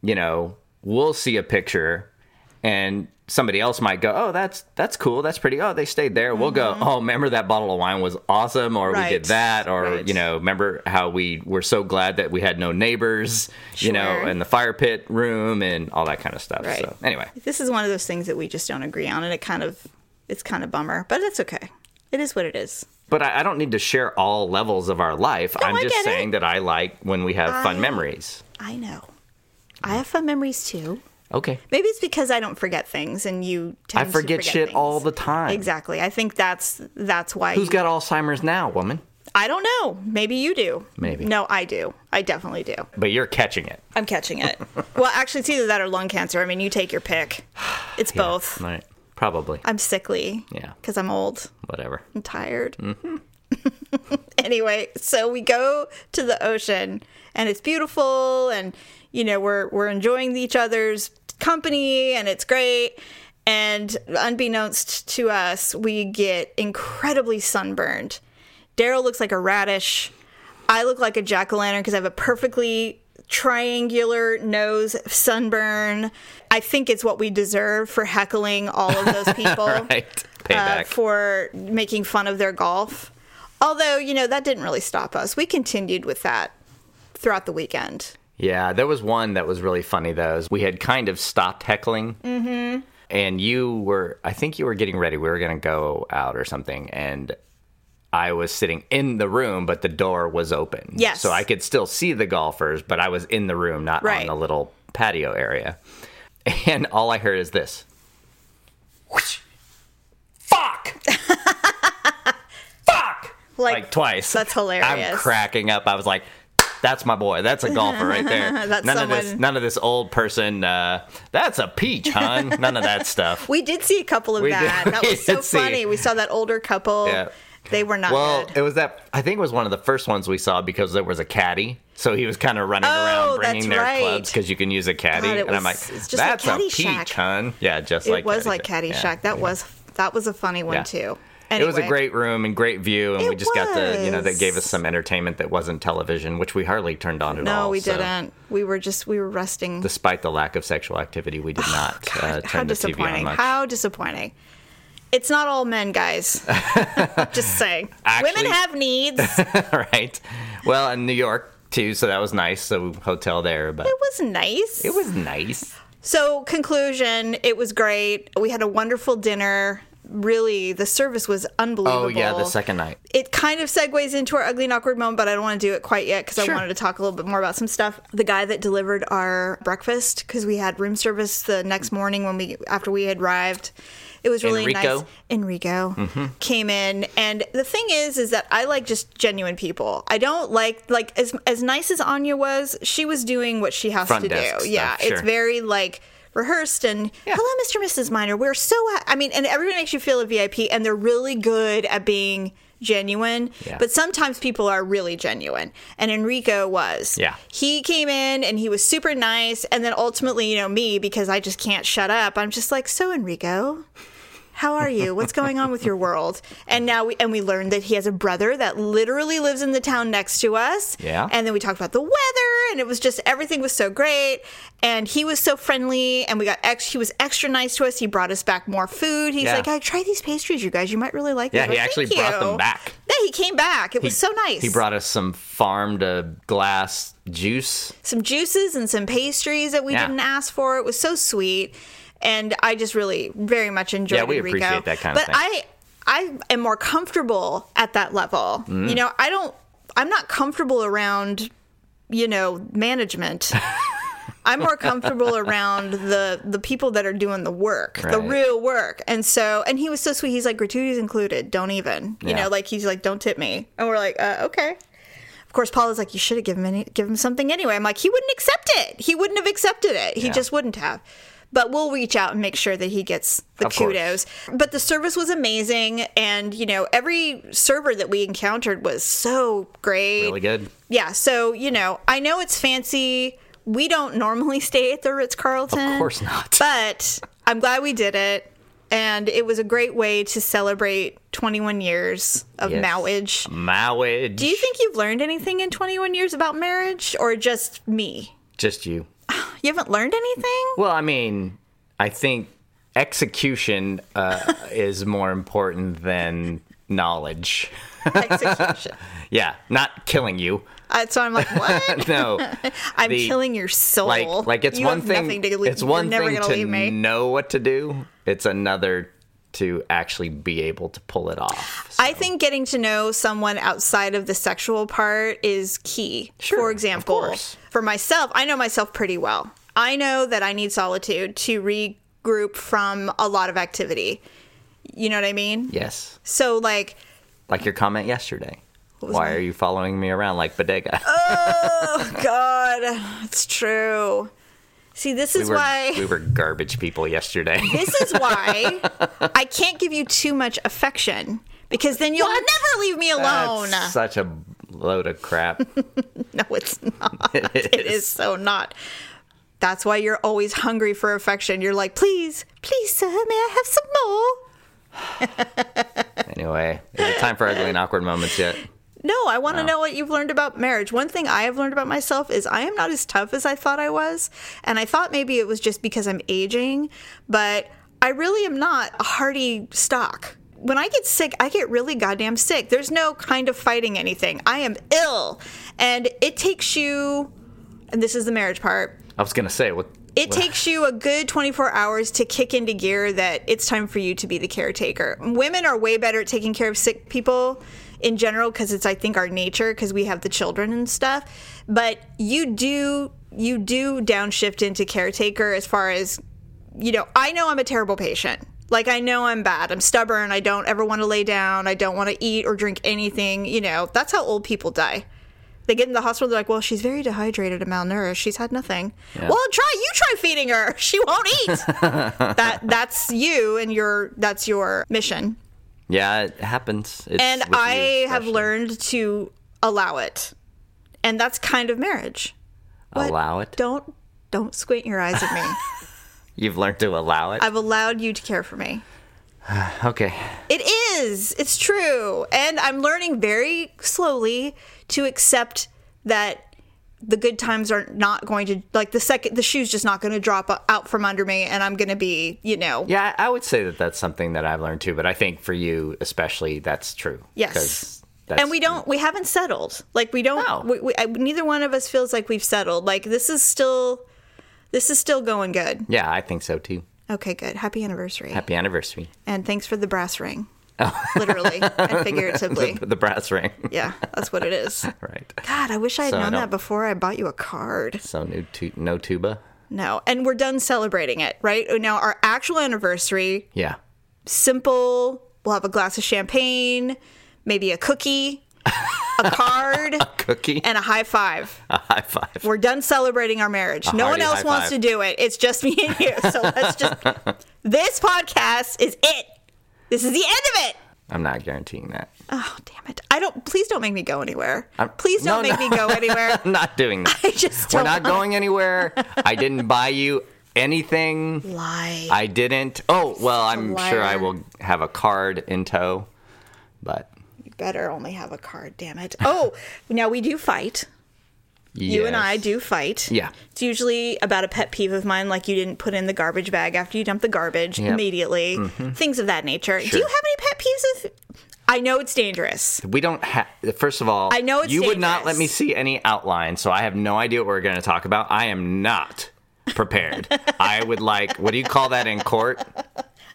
[SPEAKER 3] you know, we'll see a picture and somebody else might go, "Oh, that's that's cool. That's pretty. Oh, they stayed there." We'll go, "Oh, remember that bottle of wine was awesome," or "We
[SPEAKER 1] Mm-hmm. Right.
[SPEAKER 3] did that," or
[SPEAKER 1] Right.
[SPEAKER 3] you know, "Remember how we were so glad that we had no neighbors," you know,
[SPEAKER 1] Sure.
[SPEAKER 3] and the fire pit room and all that kind of stuff.
[SPEAKER 1] Right.
[SPEAKER 3] So anyway,
[SPEAKER 1] this is one of those things that we just don't agree on and it kind of it's kind of bummer but that's okay it is what it is
[SPEAKER 3] but I, I don't need to share all levels of our life. I'm
[SPEAKER 1] I
[SPEAKER 3] just
[SPEAKER 1] get it.
[SPEAKER 3] saying that I like when we have
[SPEAKER 1] I-
[SPEAKER 3] fun memories.
[SPEAKER 1] i know i have fun memories too
[SPEAKER 3] Okay.
[SPEAKER 1] maybe it's because i don't forget things and you
[SPEAKER 3] I
[SPEAKER 1] tend
[SPEAKER 3] forget,
[SPEAKER 1] to forget
[SPEAKER 3] shit
[SPEAKER 1] things.
[SPEAKER 3] all the time.
[SPEAKER 1] exactly i think that's that's why
[SPEAKER 3] Who's
[SPEAKER 1] you-
[SPEAKER 3] got Alzheimer's now, woman?
[SPEAKER 1] i don't know maybe you do
[SPEAKER 3] Maybe.
[SPEAKER 1] no i do i definitely do
[SPEAKER 3] But you're catching it.
[SPEAKER 1] i'm catching it well actually it's either that or lung cancer i mean you take your pick it's both
[SPEAKER 3] All right. Probably.
[SPEAKER 1] i'm sickly
[SPEAKER 3] Yeah.
[SPEAKER 1] because i'm old
[SPEAKER 3] Whatever.
[SPEAKER 1] I'm tired. anyway, so we go to the ocean and it's beautiful and you know, we're we're enjoying each other's company and it's great. And unbeknownst to us, we get incredibly sunburned. Daryl looks like a radish. I look like a jack o' lantern because I have a perfectly triangular nose sunburn. I think it's what we deserve for heckling all of those people
[SPEAKER 3] Right.
[SPEAKER 1] uh,
[SPEAKER 3] Payback.
[SPEAKER 1] for making fun of their golf. Although, you know, that didn't really stop us. We continued with that throughout the weekend.
[SPEAKER 3] Yeah, there was one that was really funny though. is We had kind of stopped heckling. Mm-hmm. And you were, I think you were getting ready. We were going to go out or something. And I was sitting in the room, but the door was open.
[SPEAKER 1] Yes.
[SPEAKER 3] So I could still see the golfers, but I was in the room, not
[SPEAKER 1] Right.
[SPEAKER 3] on the little patio area. And all I heard is this. Whoosh. Fuck! Fuck!
[SPEAKER 1] Like,
[SPEAKER 3] like twice.
[SPEAKER 1] that's hilarious.
[SPEAKER 3] I'm cracking up. I was like, that's my boy. That's a golfer right there.
[SPEAKER 1] That's
[SPEAKER 3] none of this
[SPEAKER 1] someone-
[SPEAKER 3] none of this old person uh, that's a peach, hon. None of that stuff.
[SPEAKER 1] We did see a couple of
[SPEAKER 3] We
[SPEAKER 1] that.
[SPEAKER 3] did-
[SPEAKER 1] That
[SPEAKER 3] we
[SPEAKER 1] was so
[SPEAKER 3] did see.
[SPEAKER 1] funny. We saw that older couple.
[SPEAKER 3] Yeah.
[SPEAKER 1] They were not
[SPEAKER 3] Well,
[SPEAKER 1] good.
[SPEAKER 3] it was that I think it was one of the first ones we saw because there was a caddy. So he was kind of running
[SPEAKER 1] Oh,
[SPEAKER 3] around
[SPEAKER 1] that's
[SPEAKER 3] bringing their
[SPEAKER 1] right.
[SPEAKER 3] clubs because you can use a caddy.
[SPEAKER 1] God, it
[SPEAKER 3] and I'm like,
[SPEAKER 1] was- it's just like
[SPEAKER 3] that's a peach,
[SPEAKER 1] Caddyshack."
[SPEAKER 3] hon. Yeah, just
[SPEAKER 1] It
[SPEAKER 3] like
[SPEAKER 1] was like Caddyshack.
[SPEAKER 3] Yeah.
[SPEAKER 1] That was that was a funny one
[SPEAKER 3] Yeah.
[SPEAKER 1] too.
[SPEAKER 3] It was a
[SPEAKER 1] Anyway.
[SPEAKER 3] great room and great view, and we
[SPEAKER 1] It
[SPEAKER 3] just got the you know
[SPEAKER 1] was.
[SPEAKER 3] that gave us some entertainment that wasn't television, which we hardly turned on at all.
[SPEAKER 1] No, we
[SPEAKER 3] so
[SPEAKER 1] didn't. We were just we were resting.
[SPEAKER 3] Despite the lack of sexual activity, we did not
[SPEAKER 1] Oh, God,
[SPEAKER 3] uh,
[SPEAKER 1] how
[SPEAKER 3] turn the TV on
[SPEAKER 1] disappointing!
[SPEAKER 3] much.
[SPEAKER 1] How disappointing! It's not all men, guys. just saying,
[SPEAKER 3] Actually-
[SPEAKER 1] women have needs.
[SPEAKER 3] right? Well, in New York too, so that was nice. So hotel there, but
[SPEAKER 1] It was nice.
[SPEAKER 3] it was nice.
[SPEAKER 1] So, conclusion, it was great. We had a wonderful dinner. Really, the service was unbelievable.
[SPEAKER 3] Oh yeah, the second night.
[SPEAKER 1] It kind of segues into our ugly and awkward moment, but I don't want to do it quite yet because
[SPEAKER 3] Sure.
[SPEAKER 1] I wanted to talk a little bit more about some stuff. The guy that delivered our breakfast, because we had room service the next morning when we after we had arrived. It was really
[SPEAKER 3] Enrico? Mm-hmm.
[SPEAKER 1] nice. Enrico came in, and the thing is, is that I like just genuine people. I don't like like as as nice as Anya was. She was doing what she has
[SPEAKER 3] Front
[SPEAKER 1] to
[SPEAKER 3] desk
[SPEAKER 1] do.
[SPEAKER 3] stuff,
[SPEAKER 1] Yeah, it's
[SPEAKER 3] sure.
[SPEAKER 1] very very like rehearsed and
[SPEAKER 3] Yeah.
[SPEAKER 1] hello mr and mrs minor we're so i mean and everybody makes you feel a vip and they're really good at being genuine
[SPEAKER 3] Yeah.
[SPEAKER 1] but sometimes people are really genuine and enrico was
[SPEAKER 3] Yeah.
[SPEAKER 1] he came in and he was super nice and then ultimately you know me because i just can't shut up i'm just like so enrico how are you? What's going on with your world? And now we and we learned that he has a brother that literally lives in the town next to us.
[SPEAKER 3] Yeah.
[SPEAKER 1] And then we talked about the weather and it was just everything was so great and he was so friendly and we got ex he was extra nice to us. He brought us back more food. He's
[SPEAKER 3] Yeah.
[SPEAKER 1] like, "I try these pastries, you guys. You might really like
[SPEAKER 3] Yeah,
[SPEAKER 1] them."
[SPEAKER 3] he
[SPEAKER 1] I'm like,
[SPEAKER 3] actually
[SPEAKER 1] "Thank
[SPEAKER 3] brought them
[SPEAKER 1] you."
[SPEAKER 3] back.
[SPEAKER 1] Yeah, he came back. It was so nice.
[SPEAKER 3] He brought us some farm to glass juice.
[SPEAKER 1] some juices and some pastries that we
[SPEAKER 3] Yeah.
[SPEAKER 1] didn't ask for. It was so sweet, and I just really very much enjoyed.
[SPEAKER 3] Yeah, we
[SPEAKER 1] Enrico.
[SPEAKER 3] appreciate that kind
[SPEAKER 1] but
[SPEAKER 3] of thing.
[SPEAKER 1] I, I am more comfortable at that level.
[SPEAKER 3] Mm.
[SPEAKER 1] You know, I don't. I'm not comfortable around, you know, management. I'm more comfortable around the the people that are doing the work, the
[SPEAKER 3] Right.
[SPEAKER 1] real work. And so, and he was so sweet. He's like, gratuities included. Don't even. You
[SPEAKER 3] Yeah.
[SPEAKER 1] know, like he's like, don't tip me. And we're like, uh, okay. Of course, Paul is like, you should have given him any, give him something anyway. I'm like, he wouldn't accept it. He wouldn't have accepted it. He
[SPEAKER 3] Yeah.
[SPEAKER 1] just wouldn't have. But we'll reach out and make sure that he gets the
[SPEAKER 3] Of course.
[SPEAKER 1] kudos. But the service was amazing, and you know, every server that we encountered was so great.
[SPEAKER 3] Really good.
[SPEAKER 1] Yeah, so you know, I know it's fancy. We don't normally stay at the Ritz Carlton.
[SPEAKER 3] Of course not.
[SPEAKER 1] But I'm glad we did it. And it was a great way to celebrate 21 years of
[SPEAKER 3] Yes.
[SPEAKER 1] marriage.
[SPEAKER 3] Mowage.
[SPEAKER 1] Do you think you've learned anything in 21 years about marriage or just me?
[SPEAKER 3] Just you.
[SPEAKER 1] You haven't learned anything?
[SPEAKER 3] Well, I mean, I think execution uh, is more important than knowledge.
[SPEAKER 1] Execution.
[SPEAKER 3] Yeah, not killing you.
[SPEAKER 1] Uh, so I'm like, what?
[SPEAKER 3] No.
[SPEAKER 1] I'm
[SPEAKER 3] the-
[SPEAKER 1] killing your soul.
[SPEAKER 3] like like it's
[SPEAKER 1] You
[SPEAKER 3] one
[SPEAKER 1] have
[SPEAKER 3] thing
[SPEAKER 1] Nothing to leave.
[SPEAKER 3] it's one
[SPEAKER 1] You're never
[SPEAKER 3] thing
[SPEAKER 1] gonna
[SPEAKER 3] to
[SPEAKER 1] leave me.
[SPEAKER 3] know what to do it's another to actually be able to pull it off
[SPEAKER 1] I think getting to know someone outside of the sexual part is key.
[SPEAKER 3] Sure,
[SPEAKER 1] For
[SPEAKER 3] of
[SPEAKER 1] example,
[SPEAKER 3] course.
[SPEAKER 1] for myself, I know myself pretty well. I know that I need solitude to regroup from a lot of activity. You know what I mean?
[SPEAKER 3] yes
[SPEAKER 1] So, like,
[SPEAKER 3] like your comment yesterday why are you following me around like bodega
[SPEAKER 1] God, it's true. See, this
[SPEAKER 3] we,
[SPEAKER 1] is
[SPEAKER 3] were,
[SPEAKER 1] why.
[SPEAKER 3] we were garbage people yesterday
[SPEAKER 1] this is why I can't give you too much affection because then you'll never leave me alone.
[SPEAKER 3] That's such a load of crap
[SPEAKER 1] No, it's not. it is so not. That's why you're always hungry for affection. You're like, please, please, sir, may I have some more?
[SPEAKER 3] anyway is it time for ugly and awkward moments yet
[SPEAKER 1] No, I want to know what you've learned about marriage. One thing I have learned about myself is I am not as tough as I thought I was. And I thought maybe it was just because I'm aging, but I really am not a hardy stock. When I get sick, I get really goddamn sick. There's no kind of fighting anything. I am ill. And it takes you, and this is the marriage part.
[SPEAKER 3] i was gonna say what
[SPEAKER 1] It takes you a good 24 hours to kick into gear that it's time for you to be the caretaker. Women are way better at taking care of sick people in general because it's I think our nature because we have the children and stuff. But you do you do downshift into caretaker as far as you know, I know I'm a terrible patient. Like I know I'm bad. I'm stubborn. I don't ever want to lay down. I don't want to eat or drink anything. You know, that's how old people die. They get in the hospital. They're like, "Well, she's very dehydrated and malnourished. She's had nothing." Well, try you try feeding her. She won't eat. that that's you and your that's your mission.
[SPEAKER 3] Yeah, it happens. It's
[SPEAKER 1] And
[SPEAKER 3] with you,
[SPEAKER 1] I have
[SPEAKER 3] especially.
[SPEAKER 1] learned to allow it, and that's kind of marriage. What?
[SPEAKER 3] allow it.
[SPEAKER 1] Don't don't squint your eyes at me.
[SPEAKER 3] You've learned to allow it.
[SPEAKER 1] I've allowed you to care for me.
[SPEAKER 3] okay.
[SPEAKER 1] It is. It's true. And I'm learning very slowly to accept that the good times are not going to like the second the shoe's just not going to drop out from under me and I'm going to be, you know.
[SPEAKER 3] Yeah, I I would say that that's something that I've learned too. But I think for you especially, that's true.
[SPEAKER 1] Yes.
[SPEAKER 3] 'Cause That's,
[SPEAKER 1] And we don't we haven't settled. Like we don't
[SPEAKER 3] No.
[SPEAKER 1] we, we, I, neither one of us feels like we've settled. Like this is still this is still going good.
[SPEAKER 3] Yeah, I think so too.
[SPEAKER 1] Okay, good. Happy anniversary.
[SPEAKER 3] Happy anniversary.
[SPEAKER 1] And thanks for the brass ring.
[SPEAKER 3] Oh.
[SPEAKER 1] Literally and figuratively.
[SPEAKER 3] The brass ring.
[SPEAKER 1] yeah, that's what it is.
[SPEAKER 3] right.
[SPEAKER 1] God, I wish I had
[SPEAKER 3] So I
[SPEAKER 1] known
[SPEAKER 3] don't-
[SPEAKER 1] that before I bought you a card.
[SPEAKER 3] So no, tu- no tuba.
[SPEAKER 1] No, and we're done celebrating it, right? Oh, Now, our actual anniversary,
[SPEAKER 3] Yeah.
[SPEAKER 1] simple. We'll have a glass of champagne, maybe a cookie, a card,
[SPEAKER 3] Cookie.
[SPEAKER 1] and a high five.
[SPEAKER 3] a high five.
[SPEAKER 1] We're done celebrating our marriage. no one
[SPEAKER 3] hearty
[SPEAKER 1] else
[SPEAKER 3] high
[SPEAKER 1] wants
[SPEAKER 3] five.
[SPEAKER 1] to do it. It's just me and you. So let's just. this podcast is it. This is the end of it.
[SPEAKER 3] I'm not guaranteeing that.
[SPEAKER 1] Oh, damn it. I don't. Please don't make me go anywhere.
[SPEAKER 3] I'm-
[SPEAKER 1] please don't
[SPEAKER 3] no,
[SPEAKER 1] make
[SPEAKER 3] no.
[SPEAKER 1] me go anywhere.
[SPEAKER 3] I'm not doing that.
[SPEAKER 1] I just
[SPEAKER 3] We're
[SPEAKER 1] don't.
[SPEAKER 3] not going anywhere. I didn't buy you anything.
[SPEAKER 1] Lie.
[SPEAKER 3] I didn't. Oh, well, I'm sure I
[SPEAKER 1] liar.
[SPEAKER 3] will have a card in tow. But
[SPEAKER 1] better only have a card, damn it. Oh, now we do fight. You and
[SPEAKER 3] yes.
[SPEAKER 1] I do fight.
[SPEAKER 3] Yeah.
[SPEAKER 1] It's usually about a pet peeve of mine, like you didn't put in the garbage bag after you dumped the garbage
[SPEAKER 3] Yep. Mm-hmm.
[SPEAKER 1] immediately, things of that nature. Do you have any pet peeves? Of- I know it's dangerous.
[SPEAKER 3] We don't have. First of all,
[SPEAKER 1] I know it's
[SPEAKER 3] you would not
[SPEAKER 1] dangerous.
[SPEAKER 3] let me see any outline, so I have no idea what we're going to talk about. I am not prepared. I would like. What do you call that in court?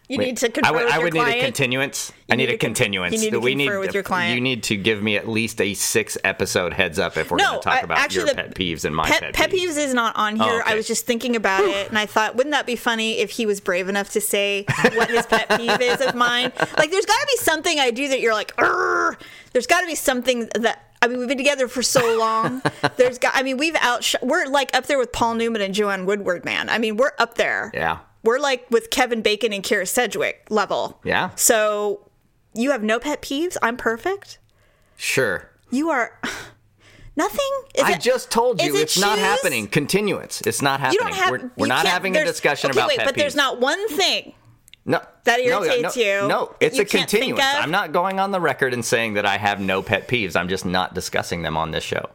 [SPEAKER 1] You
[SPEAKER 3] Wait,
[SPEAKER 1] need to
[SPEAKER 3] I
[SPEAKER 1] confer
[SPEAKER 3] would,
[SPEAKER 1] with
[SPEAKER 3] I
[SPEAKER 1] your
[SPEAKER 3] would need
[SPEAKER 1] client.
[SPEAKER 3] a continuance. I need,
[SPEAKER 1] need
[SPEAKER 3] a
[SPEAKER 1] to con-
[SPEAKER 3] continuance.
[SPEAKER 1] you need to
[SPEAKER 3] we need,
[SPEAKER 1] confer with your client.
[SPEAKER 3] You need to give me at least a six-episode heads up if we're
[SPEAKER 1] No,
[SPEAKER 3] going to talk
[SPEAKER 1] I-
[SPEAKER 3] about
[SPEAKER 1] actually
[SPEAKER 3] your
[SPEAKER 1] the
[SPEAKER 3] pet peeves and my
[SPEAKER 1] Pet,
[SPEAKER 3] pet,
[SPEAKER 1] pet peeves is not on here.
[SPEAKER 3] Oh, okay.
[SPEAKER 1] I was just thinking about it, and I thought, wouldn't that be funny if he was brave enough to say what his pet peeve is of mine? Like, there's got to be something I do that you're like, "Arr!" there's got to be something that. I mean, we've been together for so long. There's got. I mean, we've out. We're like up there with Paul Newman and Joanne Woodward, man. I mean, we're up there.
[SPEAKER 3] Yeah.
[SPEAKER 1] We're like with Kevin Bacon and Kira Sedgwick level.
[SPEAKER 3] Yeah.
[SPEAKER 1] So you have no pet peeves. I'm perfect.
[SPEAKER 3] Sure.
[SPEAKER 1] You are nothing. Is
[SPEAKER 3] I
[SPEAKER 1] it-
[SPEAKER 3] just told you
[SPEAKER 1] is it
[SPEAKER 3] it's not
[SPEAKER 1] shoes?
[SPEAKER 3] happening. Continuance. It's not
[SPEAKER 1] You
[SPEAKER 3] happening.
[SPEAKER 1] don't have.
[SPEAKER 3] we're
[SPEAKER 1] you
[SPEAKER 3] we're not
[SPEAKER 1] can't-
[SPEAKER 3] having a
[SPEAKER 1] there's-
[SPEAKER 3] discussion
[SPEAKER 1] okay,
[SPEAKER 3] about
[SPEAKER 1] wait,
[SPEAKER 3] pet
[SPEAKER 1] but there's
[SPEAKER 3] peeves.
[SPEAKER 1] not one thing.
[SPEAKER 3] No.
[SPEAKER 1] That
[SPEAKER 3] No, yeah,
[SPEAKER 1] irritates
[SPEAKER 3] no,
[SPEAKER 1] you,
[SPEAKER 3] No,
[SPEAKER 1] that
[SPEAKER 3] it's
[SPEAKER 1] you
[SPEAKER 3] a
[SPEAKER 1] can't think
[SPEAKER 3] continuance.
[SPEAKER 1] of?
[SPEAKER 3] I'm not going on the record and saying that I have no pet peeves. I'm just not discussing them on this show.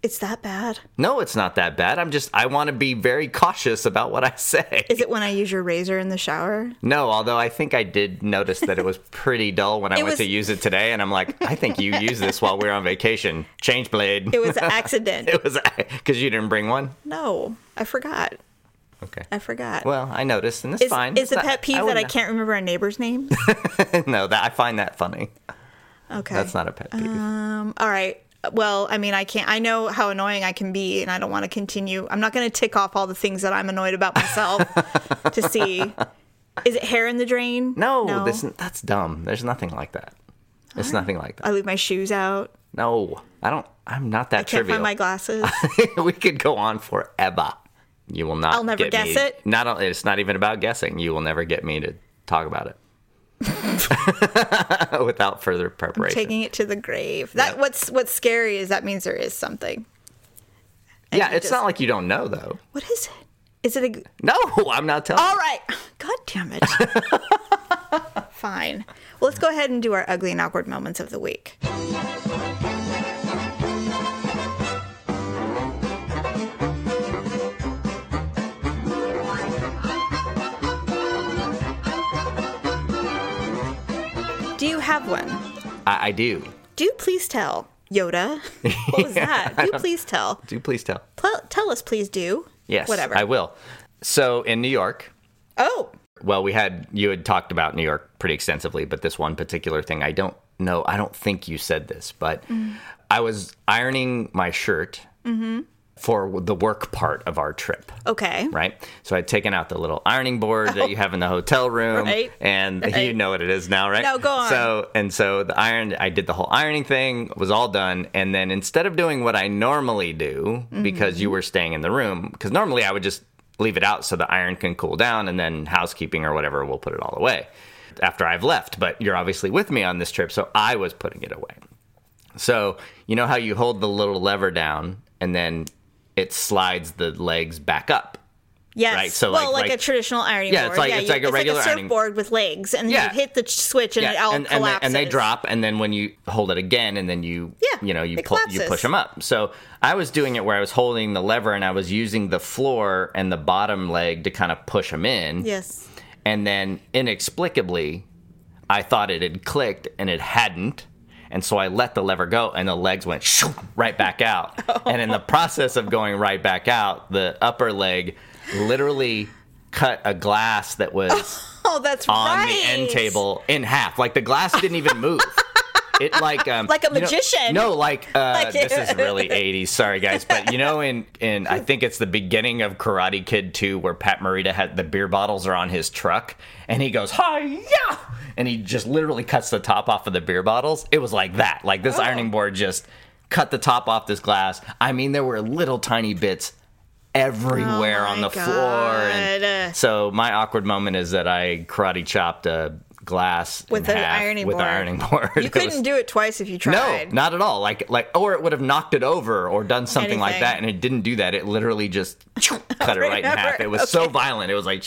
[SPEAKER 1] It's that bad.
[SPEAKER 3] No, it's not that bad. I'm just I want to be very cautious about what I say.
[SPEAKER 1] Is it when I use your razor in the shower?
[SPEAKER 3] No, although I think I did notice that it was pretty dull when I
[SPEAKER 1] It
[SPEAKER 3] went
[SPEAKER 1] was-
[SPEAKER 3] to use it today and I'm like, I think you used this while we were on vacation. Change blade.
[SPEAKER 1] It was an accident.
[SPEAKER 3] It was cuz you didn't bring one.
[SPEAKER 1] no, I forgot.
[SPEAKER 3] Okay.
[SPEAKER 1] I forgot.
[SPEAKER 3] Well, I noticed and it's
[SPEAKER 1] is,
[SPEAKER 3] fine.
[SPEAKER 1] is
[SPEAKER 3] It's
[SPEAKER 1] a
[SPEAKER 3] not-
[SPEAKER 1] pet peeve that
[SPEAKER 3] wouldn't
[SPEAKER 1] I can't remember our neighbor's name?
[SPEAKER 3] No, that I find that funny.
[SPEAKER 1] Okay.
[SPEAKER 3] That's not a pet peeve.
[SPEAKER 1] Um, all right. Well, I mean, I can't. I know how annoying I can be, and I don't want to continue. I'm not going to tick off all the things that I'm annoyed about myself to see. Is it hair in the drain?
[SPEAKER 3] no, This, that's dumb. There's nothing like that. It's nothing like that.
[SPEAKER 1] I leave my shoes out.
[SPEAKER 3] No, I don't. I'm not that
[SPEAKER 1] Can't
[SPEAKER 3] trivial.
[SPEAKER 1] find my glasses.
[SPEAKER 3] we could go on forever. You will not.
[SPEAKER 1] I'll never
[SPEAKER 3] get
[SPEAKER 1] guess
[SPEAKER 3] me-
[SPEAKER 1] it.
[SPEAKER 3] Not. only- It's not even about guessing. You will never get me to talk about it without further preparation.
[SPEAKER 1] taking it to the grave. That
[SPEAKER 3] Yeah.
[SPEAKER 1] what's what's scary is that means there is something.
[SPEAKER 3] yeah,
[SPEAKER 1] you
[SPEAKER 3] it's
[SPEAKER 1] just-
[SPEAKER 3] not like you don't know though.
[SPEAKER 1] What is it? Is it a
[SPEAKER 3] No, I'm not telling.
[SPEAKER 1] All right. God damn it. Fine. Well, let's go ahead and do our ugly and awkward moments of the week. Do you have one?
[SPEAKER 3] I, I do.
[SPEAKER 1] Do please tell, Yoda. What was that? Do please tell.
[SPEAKER 3] Do please tell.
[SPEAKER 1] Pl- tell us, please do.
[SPEAKER 3] Yes.
[SPEAKER 1] Whatever.
[SPEAKER 3] I will. So in New York,
[SPEAKER 1] Oh,
[SPEAKER 3] well, we had you had talked about New York pretty extensively, but this one particular thing, I don't know. I don't think you said this, but I was ironing my shirt for the work part of our trip.
[SPEAKER 1] Okay.
[SPEAKER 3] Right? So I'd taken out the little ironing board that you have in the hotel room.
[SPEAKER 1] Oh. Right.
[SPEAKER 3] And you
[SPEAKER 1] Right.
[SPEAKER 3] know what it is now, right?
[SPEAKER 1] No, go on.
[SPEAKER 3] So and so the iron I did the whole ironing thing, was all done, and then instead of doing what I normally do,
[SPEAKER 1] Mm-hmm.
[SPEAKER 3] because you were staying in the room, because normally I would just leave it out so the iron can cool down and then housekeeping or whatever will put it all away after I've left. But you're obviously with me on this trip, so I was putting it away. So you know how you hold the little lever down and then it slides the legs back up.
[SPEAKER 1] Yes.
[SPEAKER 3] Right, so
[SPEAKER 1] well,
[SPEAKER 3] like-
[SPEAKER 1] like,
[SPEAKER 3] like-
[SPEAKER 1] a traditional ironing
[SPEAKER 3] Yeah, it's
[SPEAKER 1] board.
[SPEAKER 3] like- it's
[SPEAKER 1] you-
[SPEAKER 3] like a regular
[SPEAKER 1] it's like a
[SPEAKER 3] ironing-
[SPEAKER 1] surfboard with legs, and
[SPEAKER 3] Yeah.
[SPEAKER 1] you hit the switch and it all
[SPEAKER 3] and, and, they,
[SPEAKER 1] collapses.
[SPEAKER 3] and they drop, and then when you hold it again, and then you
[SPEAKER 1] Yeah,
[SPEAKER 3] you know you
[SPEAKER 1] it
[SPEAKER 3] pull, you
[SPEAKER 1] collapses.
[SPEAKER 3] push them up. So I was doing it where I was holding the lever and I was using the floor and the bottom leg to kind of push them in.
[SPEAKER 1] Yes.
[SPEAKER 3] And then inexplicably, I thought it had clicked and it hadn't. And so I let the lever go and the legs went shoo, right back out.
[SPEAKER 1] Oh.
[SPEAKER 3] And in the process of going right back out, the upper leg literally cut a glass that was
[SPEAKER 1] Oh, that's
[SPEAKER 3] on
[SPEAKER 1] right.
[SPEAKER 3] the end table in half. Like the glass didn't even move. It like um,
[SPEAKER 1] Like a
[SPEAKER 3] you know-
[SPEAKER 1] magician.
[SPEAKER 3] no, like, uh,
[SPEAKER 1] Like-
[SPEAKER 3] this is really '80s. Sorry guys, but you know, in in I think it's the beginning of Karate Kid 2 where Pat Morita had the beer bottles are on his truck, and he goes yeah, and he just literally cuts the top off of the beer bottles. It was like that. Like
[SPEAKER 1] Oh.
[SPEAKER 3] this ironing board just cut the top off this glass. I mean, there were little tiny bits everywhere
[SPEAKER 1] Oh my
[SPEAKER 3] on the floor and
[SPEAKER 1] God.
[SPEAKER 3] so my awkward moment is that I karate chopped a glass in
[SPEAKER 1] With an
[SPEAKER 3] half
[SPEAKER 1] ironing
[SPEAKER 3] with
[SPEAKER 1] board.
[SPEAKER 3] an ironing board.
[SPEAKER 1] You couldn't do it twice if you
[SPEAKER 3] no,
[SPEAKER 1] tried.
[SPEAKER 3] not at all. Like like, or it would have knocked it over or done something like
[SPEAKER 1] Anything.
[SPEAKER 3] that, and it didn't do that. It literally just cut it right in
[SPEAKER 1] Remember,
[SPEAKER 3] half. It was so violent. It was like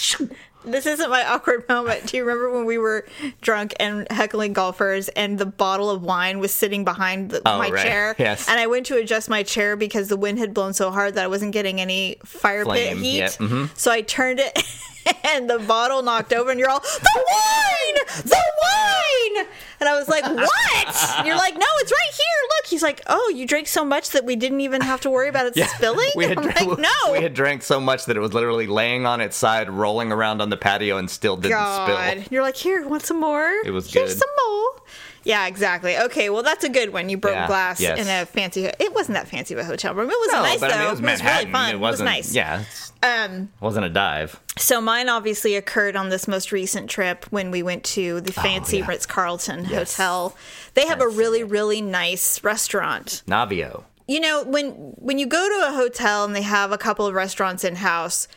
[SPEAKER 1] This isn't my awkward moment. Do you remember when we were drunk and heckling golfers and the bottle of wine was sitting behind the, my
[SPEAKER 3] Oh, right.
[SPEAKER 1] chair?
[SPEAKER 3] Yes.
[SPEAKER 1] And I went to adjust my chair because the wind had blown so hard that I wasn't getting any fire
[SPEAKER 3] Flame,
[SPEAKER 1] pit heat.
[SPEAKER 3] yep, mhm.
[SPEAKER 1] So I turned it and the bottle knocked over and you're all, the wine! The wine! And I was like, what? And you're like, no, it's right here. Look. He's like, oh, you drank so much that we didn't even have to worry about it spilling?
[SPEAKER 3] we had
[SPEAKER 1] I'm like, no.
[SPEAKER 3] we had drank so much that it was literally laying on its side, rolling around on the patio, and still didn't
[SPEAKER 1] God.
[SPEAKER 3] spill.
[SPEAKER 1] You're like, here, want some more?
[SPEAKER 3] It was
[SPEAKER 1] Here's
[SPEAKER 3] good.
[SPEAKER 1] some more. Yeah, exactly. Okay, well, that's a good one. You broke
[SPEAKER 3] Yeah,
[SPEAKER 1] glass
[SPEAKER 3] yes.
[SPEAKER 1] in a fancy. It wasn't that fancy of a hotel room. It was
[SPEAKER 3] No,
[SPEAKER 1] nice
[SPEAKER 3] but
[SPEAKER 1] though.
[SPEAKER 3] I mean, it was Manhattan.
[SPEAKER 1] really fun. It, was
[SPEAKER 3] wasn't-
[SPEAKER 1] nice.
[SPEAKER 3] Yeah, um, wasn't a dive.
[SPEAKER 1] So mine obviously occurred on this most recent trip when we went to the fancy
[SPEAKER 3] Oh, yeah.
[SPEAKER 1] Ritz Carlton
[SPEAKER 3] Yes.
[SPEAKER 1] hotel. They have
[SPEAKER 3] That's
[SPEAKER 1] a really really nice restaurant
[SPEAKER 3] Navio.
[SPEAKER 1] you know when when you go to a hotel and they have a couple of restaurants in house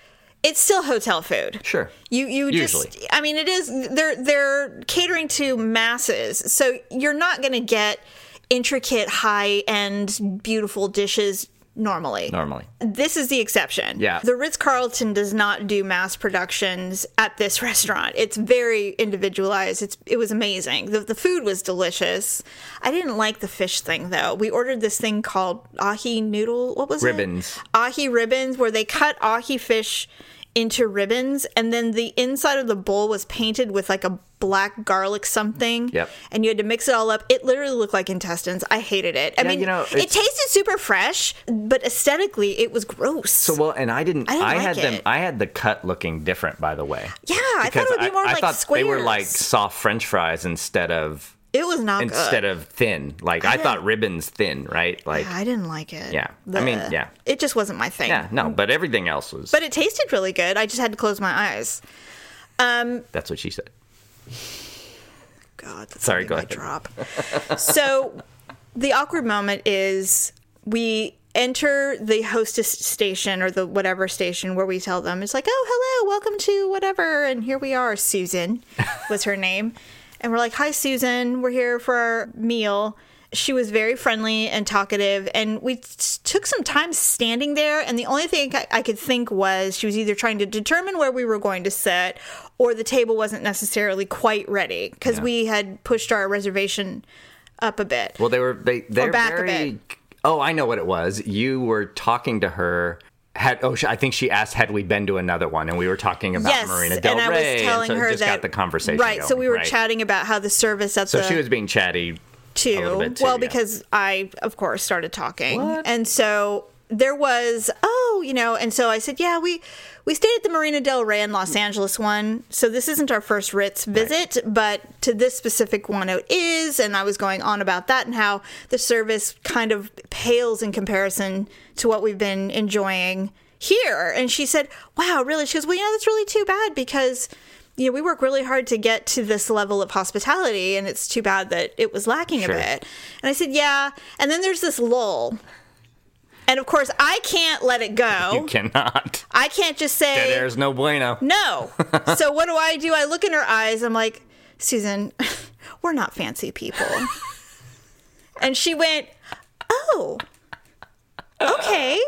[SPEAKER 1] it's still hotel food
[SPEAKER 3] Sure.
[SPEAKER 1] you you just
[SPEAKER 3] Usually.
[SPEAKER 1] i mean it is they're they're catering to masses so you're not going to get intricate high end beautiful dishes normally
[SPEAKER 3] Normally,
[SPEAKER 1] this is the exception.
[SPEAKER 3] Yeah.
[SPEAKER 1] The Ritz Carlton does not do mass productions at this restaurant. It's very individualized. It's it was amazing. The, the food was delicious. I didn't like the fish thing though. We ordered this thing called ahi noodle. What was
[SPEAKER 3] Ribbons.
[SPEAKER 1] it? Ahi ribbons, where they cut ahi fish into ribbons and then the inside of the bowl was painted with like a black garlic something
[SPEAKER 3] Yep.
[SPEAKER 1] and you had to mix it all up it literally looked like intestines i hated it i mean
[SPEAKER 3] you know,
[SPEAKER 1] it
[SPEAKER 3] it's-
[SPEAKER 1] tasted super fresh, but aesthetically it was gross.
[SPEAKER 3] So well, and I didn't. I,
[SPEAKER 1] didn't like
[SPEAKER 3] had them.
[SPEAKER 1] it.
[SPEAKER 3] I had the cut looking different, by the way.
[SPEAKER 1] yeah, I thought it would be more
[SPEAKER 3] I
[SPEAKER 1] like
[SPEAKER 3] thought
[SPEAKER 1] squares.
[SPEAKER 3] they were like soft French fries instead of
[SPEAKER 1] it was not
[SPEAKER 3] instead
[SPEAKER 1] good.
[SPEAKER 3] of thin. Like I,
[SPEAKER 1] don't-
[SPEAKER 3] thought ribbons thin, right? Like
[SPEAKER 1] I didn't like it.
[SPEAKER 3] Yeah. I mean,
[SPEAKER 1] Bleh.
[SPEAKER 3] yeah.
[SPEAKER 1] It just wasn't my thing.
[SPEAKER 3] yeah, no, but everything else was.
[SPEAKER 1] But it tasted really good. I just had to close my eyes.
[SPEAKER 3] that's what she said.
[SPEAKER 1] God, that's
[SPEAKER 3] Sorry,
[SPEAKER 1] gonna be
[SPEAKER 3] go
[SPEAKER 1] my
[SPEAKER 3] ahead.
[SPEAKER 1] Drop. so, the awkward moment is we enter the hostess station or the whatever station where we tell them it's like, oh, hello, welcome to whatever, and here we are. Susan was her name, and we're like, hi, Susan, we're here for our meal. She was very friendly and talkative, and we s- took some time standing there. And the only thing I, I could think was she was either trying to determine where we were going to sit, or the table wasn't necessarily quite ready because we had pushed our reservation up a bit.
[SPEAKER 3] Well, they were they they're
[SPEAKER 1] back a
[SPEAKER 3] very. Oh, I know what it was. You were talking to her. Had oh, sh- I think she asked had we been to another one, and we were talking about Marina Del
[SPEAKER 1] and I
[SPEAKER 3] Rey,
[SPEAKER 1] was telling
[SPEAKER 3] and so
[SPEAKER 1] her
[SPEAKER 3] it just
[SPEAKER 1] that
[SPEAKER 3] got the conversation
[SPEAKER 1] right. so
[SPEAKER 3] going,
[SPEAKER 1] we were
[SPEAKER 3] right?
[SPEAKER 1] chatting about how the service at
[SPEAKER 3] So
[SPEAKER 1] the
[SPEAKER 3] she was being chatty.
[SPEAKER 1] too.
[SPEAKER 3] little bit, too,
[SPEAKER 1] well,
[SPEAKER 3] yeah.
[SPEAKER 1] because I, of course, started talking, and so there was oh, you know, and so I said, yeah, we We stayed at the Marina Del Rey in Los Angeles one, so this isn't our first Ritz visit, but to this specific one it is, and I was going on about that and how the service kind of pales in comparison to what we've been enjoying here. And she said, Wow, really? She goes, Well, you know, that's really too bad because you know, we work really hard to get to this level of hospitality, and it's too bad that it was lacking
[SPEAKER 3] Sure.
[SPEAKER 1] a bit. And I said, Yeah. And then there's this lull. And of course, I can't let it
[SPEAKER 3] You
[SPEAKER 1] go.
[SPEAKER 3] cannot.
[SPEAKER 1] Oh. I can't just say,
[SPEAKER 3] Dead air's no bueno.
[SPEAKER 1] no. so what do I do? I look in her eyes. I'm like, Susan, we're not fancy people. and she went, Oh, okay.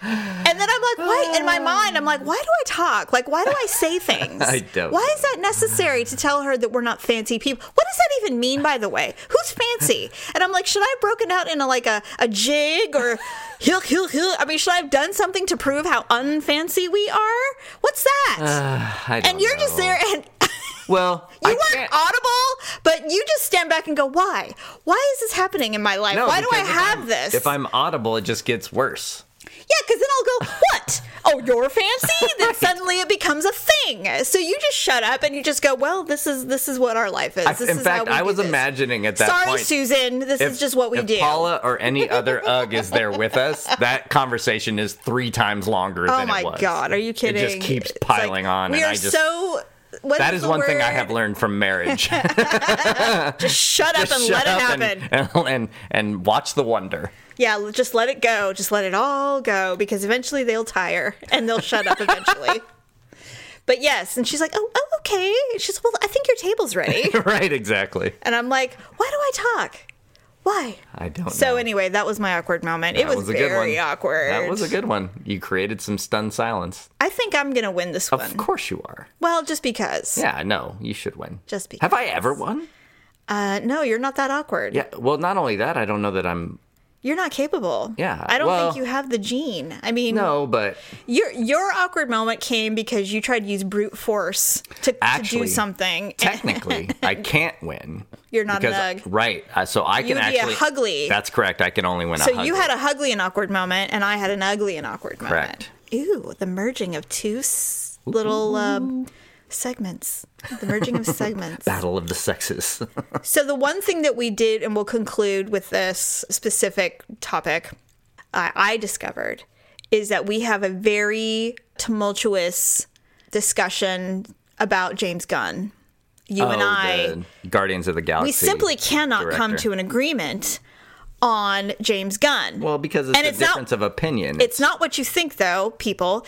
[SPEAKER 1] And then I'm like, why? In my mind, I'm like, why do I talk? Like, why do I say things?
[SPEAKER 3] I don't
[SPEAKER 1] Why is that necessary to tell her that we're not fancy people? What does that even mean, by the way? Who's fancy? And I'm like, should I have broken out into like a, a jig or heel, heel, heel? I mean, should I have done something to prove how unfancy we are? What's that?
[SPEAKER 3] I don't
[SPEAKER 1] and you're just
[SPEAKER 3] know.
[SPEAKER 1] there and.
[SPEAKER 3] Well,
[SPEAKER 1] You
[SPEAKER 3] I
[SPEAKER 1] weren't
[SPEAKER 3] can't-
[SPEAKER 1] audible, but you just stand back and go, "Why? Why is this happening in my life?
[SPEAKER 3] No,
[SPEAKER 1] Why do I
[SPEAKER 3] because if
[SPEAKER 1] have
[SPEAKER 3] I'm-
[SPEAKER 1] this?"
[SPEAKER 3] If I'm audible, it just gets worse.
[SPEAKER 1] Yeah, because then I'll go, what? Oh, you're fancy? Then suddenly it becomes a thing. So you just shut up and you just go, well, this is this is what our life is.
[SPEAKER 3] I-
[SPEAKER 1] This
[SPEAKER 3] in
[SPEAKER 1] is
[SPEAKER 3] fact,
[SPEAKER 1] how we
[SPEAKER 3] I
[SPEAKER 1] do
[SPEAKER 3] was
[SPEAKER 1] this."
[SPEAKER 3] imagining at that
[SPEAKER 1] Sorry,
[SPEAKER 3] point.
[SPEAKER 1] Susan. This
[SPEAKER 3] if-
[SPEAKER 1] is just what we
[SPEAKER 3] if
[SPEAKER 1] do.
[SPEAKER 3] Paula or any other UG is there with us, that conversation is three times longer
[SPEAKER 1] oh
[SPEAKER 3] than
[SPEAKER 1] my
[SPEAKER 3] it was.
[SPEAKER 1] God, are you kidding?
[SPEAKER 3] It just keeps
[SPEAKER 1] It's like,
[SPEAKER 3] piling on,
[SPEAKER 1] We
[SPEAKER 3] and
[SPEAKER 1] are
[SPEAKER 3] I just
[SPEAKER 1] so. what
[SPEAKER 3] that is
[SPEAKER 1] the
[SPEAKER 3] one thing I have
[SPEAKER 1] word?
[SPEAKER 3] learned from marriage.
[SPEAKER 1] Shut up and
[SPEAKER 3] Shut
[SPEAKER 1] let it
[SPEAKER 3] up
[SPEAKER 1] happen.
[SPEAKER 3] and, and and watch the wonder.
[SPEAKER 1] yeah, just let it go. Just let it all go because eventually they'll tire and they'll shut up eventually. But yes, and she's like, oh, oh, okay. She's well, I think your table's ready.
[SPEAKER 3] right, exactly.
[SPEAKER 1] And I'm like, why do I talk? Why?
[SPEAKER 3] I don't
[SPEAKER 1] So
[SPEAKER 3] know.
[SPEAKER 1] anyway, that was my awkward moment. it
[SPEAKER 3] That
[SPEAKER 1] was,
[SPEAKER 3] a good
[SPEAKER 1] very
[SPEAKER 3] one.
[SPEAKER 1] awkward.
[SPEAKER 3] That was a good one. You created some stunned silence.
[SPEAKER 1] I think I'm gonna win this one.
[SPEAKER 3] Of course you are.
[SPEAKER 1] Well, just because.
[SPEAKER 3] Yeah, no, you should win.
[SPEAKER 1] Just
[SPEAKER 3] Have I ever won?
[SPEAKER 1] Uh, no, you're not that awkward.
[SPEAKER 3] Yeah. Well, not only that, I don't know that I'm.
[SPEAKER 1] You're not capable.
[SPEAKER 3] Yeah,
[SPEAKER 1] I don't
[SPEAKER 3] well-
[SPEAKER 1] think you have the gene. I mean,
[SPEAKER 3] No, but
[SPEAKER 1] your your awkward moment came because you tried to use brute force to, to do
[SPEAKER 3] Actually,
[SPEAKER 1] something.
[SPEAKER 3] technically, I can't win.
[SPEAKER 1] You're not an
[SPEAKER 3] because,
[SPEAKER 1] UG.
[SPEAKER 3] Right. Uh, so I can
[SPEAKER 1] You'd be a
[SPEAKER 3] actually.
[SPEAKER 1] Hugly.
[SPEAKER 3] That's correct. I can only win
[SPEAKER 1] So
[SPEAKER 3] a hug.
[SPEAKER 1] you had a hugly and awkward moment, and I had an ugly and awkward moment.
[SPEAKER 3] Correct.
[SPEAKER 1] Ooh, the merging of two s- little um, segments. The merging of segments.
[SPEAKER 3] Battle of the sexes.
[SPEAKER 1] So the one thing that we did, and we'll conclude with this specific topic, I, I discovered is that we have a very tumultuous discussion about James Gunn. You and I.
[SPEAKER 3] Oh, the Guardians of the Galaxy.
[SPEAKER 1] we simply cannot come
[SPEAKER 3] director.
[SPEAKER 1] to an agreement on James Gunn.
[SPEAKER 3] Well, because it's
[SPEAKER 1] And
[SPEAKER 3] a
[SPEAKER 1] it's not-
[SPEAKER 3] difference of opinion.
[SPEAKER 1] It's not what you think, though, people.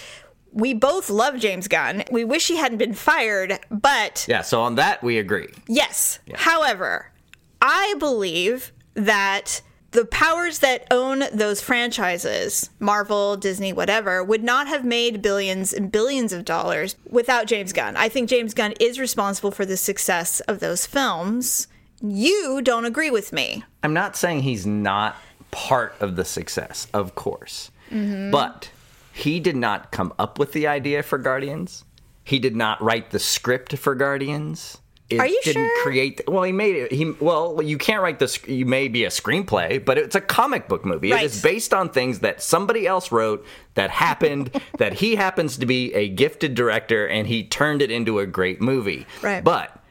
[SPEAKER 1] We both love James Gunn. We wish he hadn't been fired, but
[SPEAKER 3] yeah. So on that, we agree.
[SPEAKER 1] yes. However, I believe that the powers that own those franchises, Marvel, Disney, whatever, would not have made billions and billions of dollars without James Gunn. I think James Gunn is responsible for the success of those films. You don't agree with me.
[SPEAKER 3] I'm not saying he's not part of the success, of course.
[SPEAKER 1] Mm-hmm.
[SPEAKER 3] But he did not come up with the idea for Guardians. He did not write the script for Guardians. It
[SPEAKER 1] Are you
[SPEAKER 3] didn't
[SPEAKER 1] sure?
[SPEAKER 3] create well he made it he well you can't write the sc- you may be a screenplay but it's a comic book movie
[SPEAKER 1] Right.
[SPEAKER 3] it is based on things that somebody else wrote that happened that he happens to be a gifted director and he turned it into a great movie
[SPEAKER 1] Right.
[SPEAKER 3] but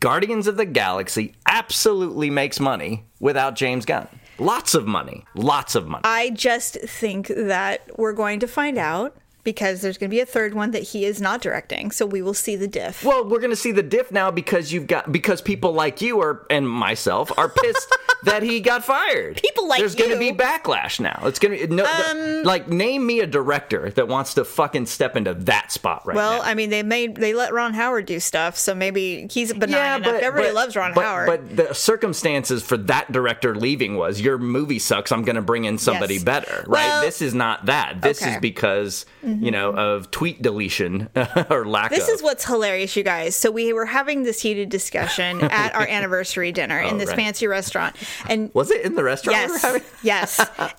[SPEAKER 3] Guardians of the Galaxy absolutely makes money without James Gunn. Lots of money. Lots of money.
[SPEAKER 1] I just think that we're going to find out because there's going to be a third one that he is not directing. So we will see the diff.
[SPEAKER 3] well, we're gonna see the diff now because you've got because people like you are and myself are pissed that he got fired.
[SPEAKER 1] People like
[SPEAKER 3] there's
[SPEAKER 1] you. Um,
[SPEAKER 3] gonna be backlash now. It's gonna be no the- like name me a director that wants to fucking step into that spot right
[SPEAKER 1] Well,
[SPEAKER 3] now.
[SPEAKER 1] I mean, they made they let Ron Howard do stuff, so maybe he's benign enough. Everybody loves Ron
[SPEAKER 3] but-
[SPEAKER 1] Howard.
[SPEAKER 3] But the circumstances for that director leaving was your movie sucks. I'm going to bring in somebody
[SPEAKER 1] Yes.
[SPEAKER 3] better, right?
[SPEAKER 1] Well-
[SPEAKER 3] this is not that. This
[SPEAKER 1] Okay. Mm-hmm.
[SPEAKER 3] is because you know of tweet deletion or lack
[SPEAKER 1] This
[SPEAKER 3] of.
[SPEAKER 1] is what's hilarious, you guys. So we were having this heated discussion at our anniversary dinner in this
[SPEAKER 3] Oh, right.
[SPEAKER 1] fancy restaurant, and
[SPEAKER 3] was it in the restaurant? we were
[SPEAKER 1] Yes.
[SPEAKER 3] having?
[SPEAKER 1] yes.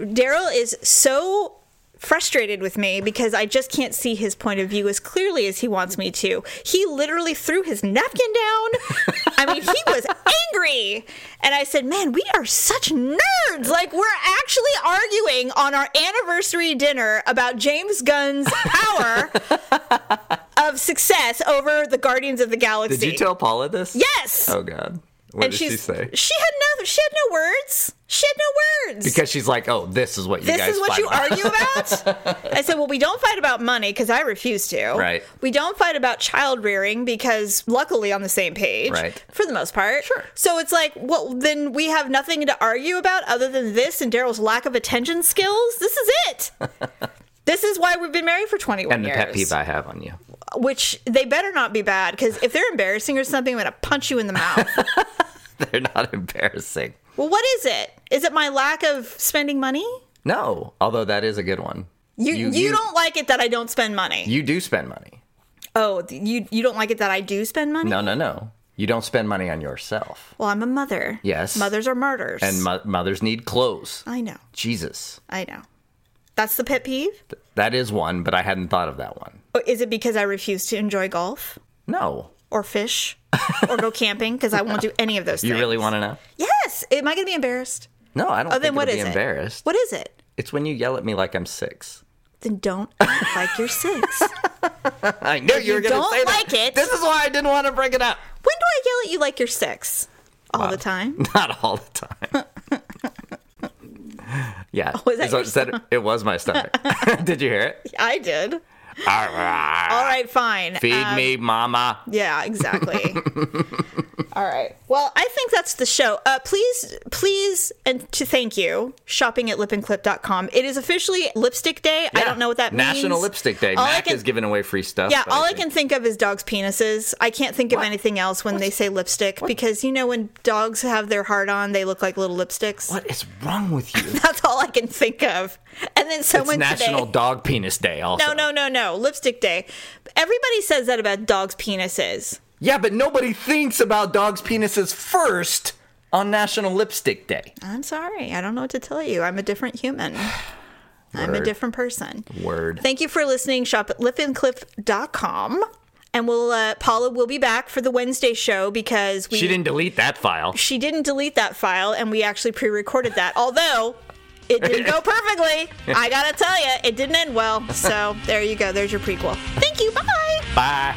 [SPEAKER 1] And Daryl is so frustrated with me because I just can't see his point of view as clearly as he wants me to. He literally threw his napkin down. I mean, he was angry. way. And I said, man, we are such nerds. Like, we're actually arguing on our anniversary dinner about James Gunn's power of success over the Guardians of the Galaxy.
[SPEAKER 3] Did you tell Paula this?
[SPEAKER 1] Yes.
[SPEAKER 3] Oh God. What
[SPEAKER 1] and
[SPEAKER 3] did
[SPEAKER 1] she's,
[SPEAKER 3] she say?
[SPEAKER 1] She had no she had no words. She had no words.
[SPEAKER 3] Because she's like, oh, this is what you
[SPEAKER 1] this
[SPEAKER 3] guys.
[SPEAKER 1] is what
[SPEAKER 3] fight
[SPEAKER 1] you
[SPEAKER 3] about.
[SPEAKER 1] argue about? I said, well, we don't fight about money because I refuse to.
[SPEAKER 3] Right.
[SPEAKER 1] We don't fight about child rearing because luckily on the same page.
[SPEAKER 3] Right.
[SPEAKER 1] For the most part.
[SPEAKER 3] Sure.
[SPEAKER 1] So it's like, well, then we have nothing to argue about other than this and Daryl's lack of attention skills. This is it. this is why we've been married for 21
[SPEAKER 3] And the
[SPEAKER 1] years.
[SPEAKER 3] pet peeve I have on you.
[SPEAKER 1] Which they better not be bad because if they're embarrassing or something, I'm going to punch you in the mouth.
[SPEAKER 3] They're not embarrassing.
[SPEAKER 1] well, what is it? Is it my lack of spending money?
[SPEAKER 3] No, although that is a good one.
[SPEAKER 1] You, you, don't like it that I don't spend money.
[SPEAKER 3] You do spend money.
[SPEAKER 1] Oh, th- you you don't like it that I do spend money?
[SPEAKER 3] No, no, no. You don't spend money on yourself.
[SPEAKER 1] Well, I'm a mother.
[SPEAKER 3] Yes.
[SPEAKER 1] Mothers are martyrs.
[SPEAKER 3] And mo- mothers need clothes.
[SPEAKER 1] I know.
[SPEAKER 3] Jesus,
[SPEAKER 1] I know. That's the pet peeve?
[SPEAKER 3] that is one, but I hadn't thought of that one.
[SPEAKER 1] Or is it because I refuse to enjoy golf
[SPEAKER 3] No,
[SPEAKER 1] or fish or go camping because I won't do any of those
[SPEAKER 3] you
[SPEAKER 1] things?
[SPEAKER 3] really want to know?
[SPEAKER 1] Yes. Am I going to be embarrassed?
[SPEAKER 3] No, I
[SPEAKER 1] Oh,
[SPEAKER 3] don't. think
[SPEAKER 1] then what
[SPEAKER 3] it'll
[SPEAKER 1] is
[SPEAKER 3] be
[SPEAKER 1] it?
[SPEAKER 3] embarrassed.
[SPEAKER 1] What is it?
[SPEAKER 3] It's when you yell at me like I'm six.
[SPEAKER 1] Then don't act like you're six. When
[SPEAKER 3] I knew you were going to
[SPEAKER 1] don't
[SPEAKER 3] say that.
[SPEAKER 1] like it-
[SPEAKER 3] This is why I didn't want to bring it up.
[SPEAKER 1] do I yell at you like you're six? All the time.
[SPEAKER 3] Not all the time. yeah.
[SPEAKER 1] was Oh, that
[SPEAKER 3] Is
[SPEAKER 1] your
[SPEAKER 3] is that- it was my stomach. Did you hear it?
[SPEAKER 1] I did. All right, fine.
[SPEAKER 3] Feed
[SPEAKER 1] Um,
[SPEAKER 3] me, mama.
[SPEAKER 1] Yeah, exactly. All right. Well, I think that's the show. Uh, please, please, and to thank you, shopping at lipandclip.com. It is officially lipstick day. I
[SPEAKER 3] Yeah.
[SPEAKER 1] don't know what that means.
[SPEAKER 3] National Lipstick Day.
[SPEAKER 1] All I
[SPEAKER 3] Mac
[SPEAKER 1] can-
[SPEAKER 3] is giving away free stuff.
[SPEAKER 1] Yeah,
[SPEAKER 3] but
[SPEAKER 1] all I
[SPEAKER 3] think-
[SPEAKER 1] can think of is dogs' penises. I can't think of
[SPEAKER 3] What?
[SPEAKER 1] anything else when they say lipstick because you know when dogs have their heart on, they look like little lipsticks.
[SPEAKER 3] What is wrong with you?
[SPEAKER 1] That's all I can think of. And then
[SPEAKER 3] it's
[SPEAKER 1] someone
[SPEAKER 3] National
[SPEAKER 1] today.
[SPEAKER 3] Dog Penis Day. Also.
[SPEAKER 1] No, no, no, no. Lipstick day. Everybody says that about dogs' penises.
[SPEAKER 3] Yeah, but nobody thinks about dogs' penises first on National Lipstick Day.
[SPEAKER 1] I'm sorry. I don't know what to tell you. I'm a different human. I'm a
[SPEAKER 3] Word.
[SPEAKER 1] different person.
[SPEAKER 3] Word.
[SPEAKER 1] Thank you for listening. Shop at lipandclip.com. And we'll, uh, Paula will be back for the Wednesday show because we
[SPEAKER 3] she didn't delete that file.
[SPEAKER 1] she didn't delete that file and we actually pre recorded that. Although it didn't go perfectly. I gotta tell you, it didn't end well. So there you go. There's your prequel. Thank you. Bye.
[SPEAKER 3] Bye.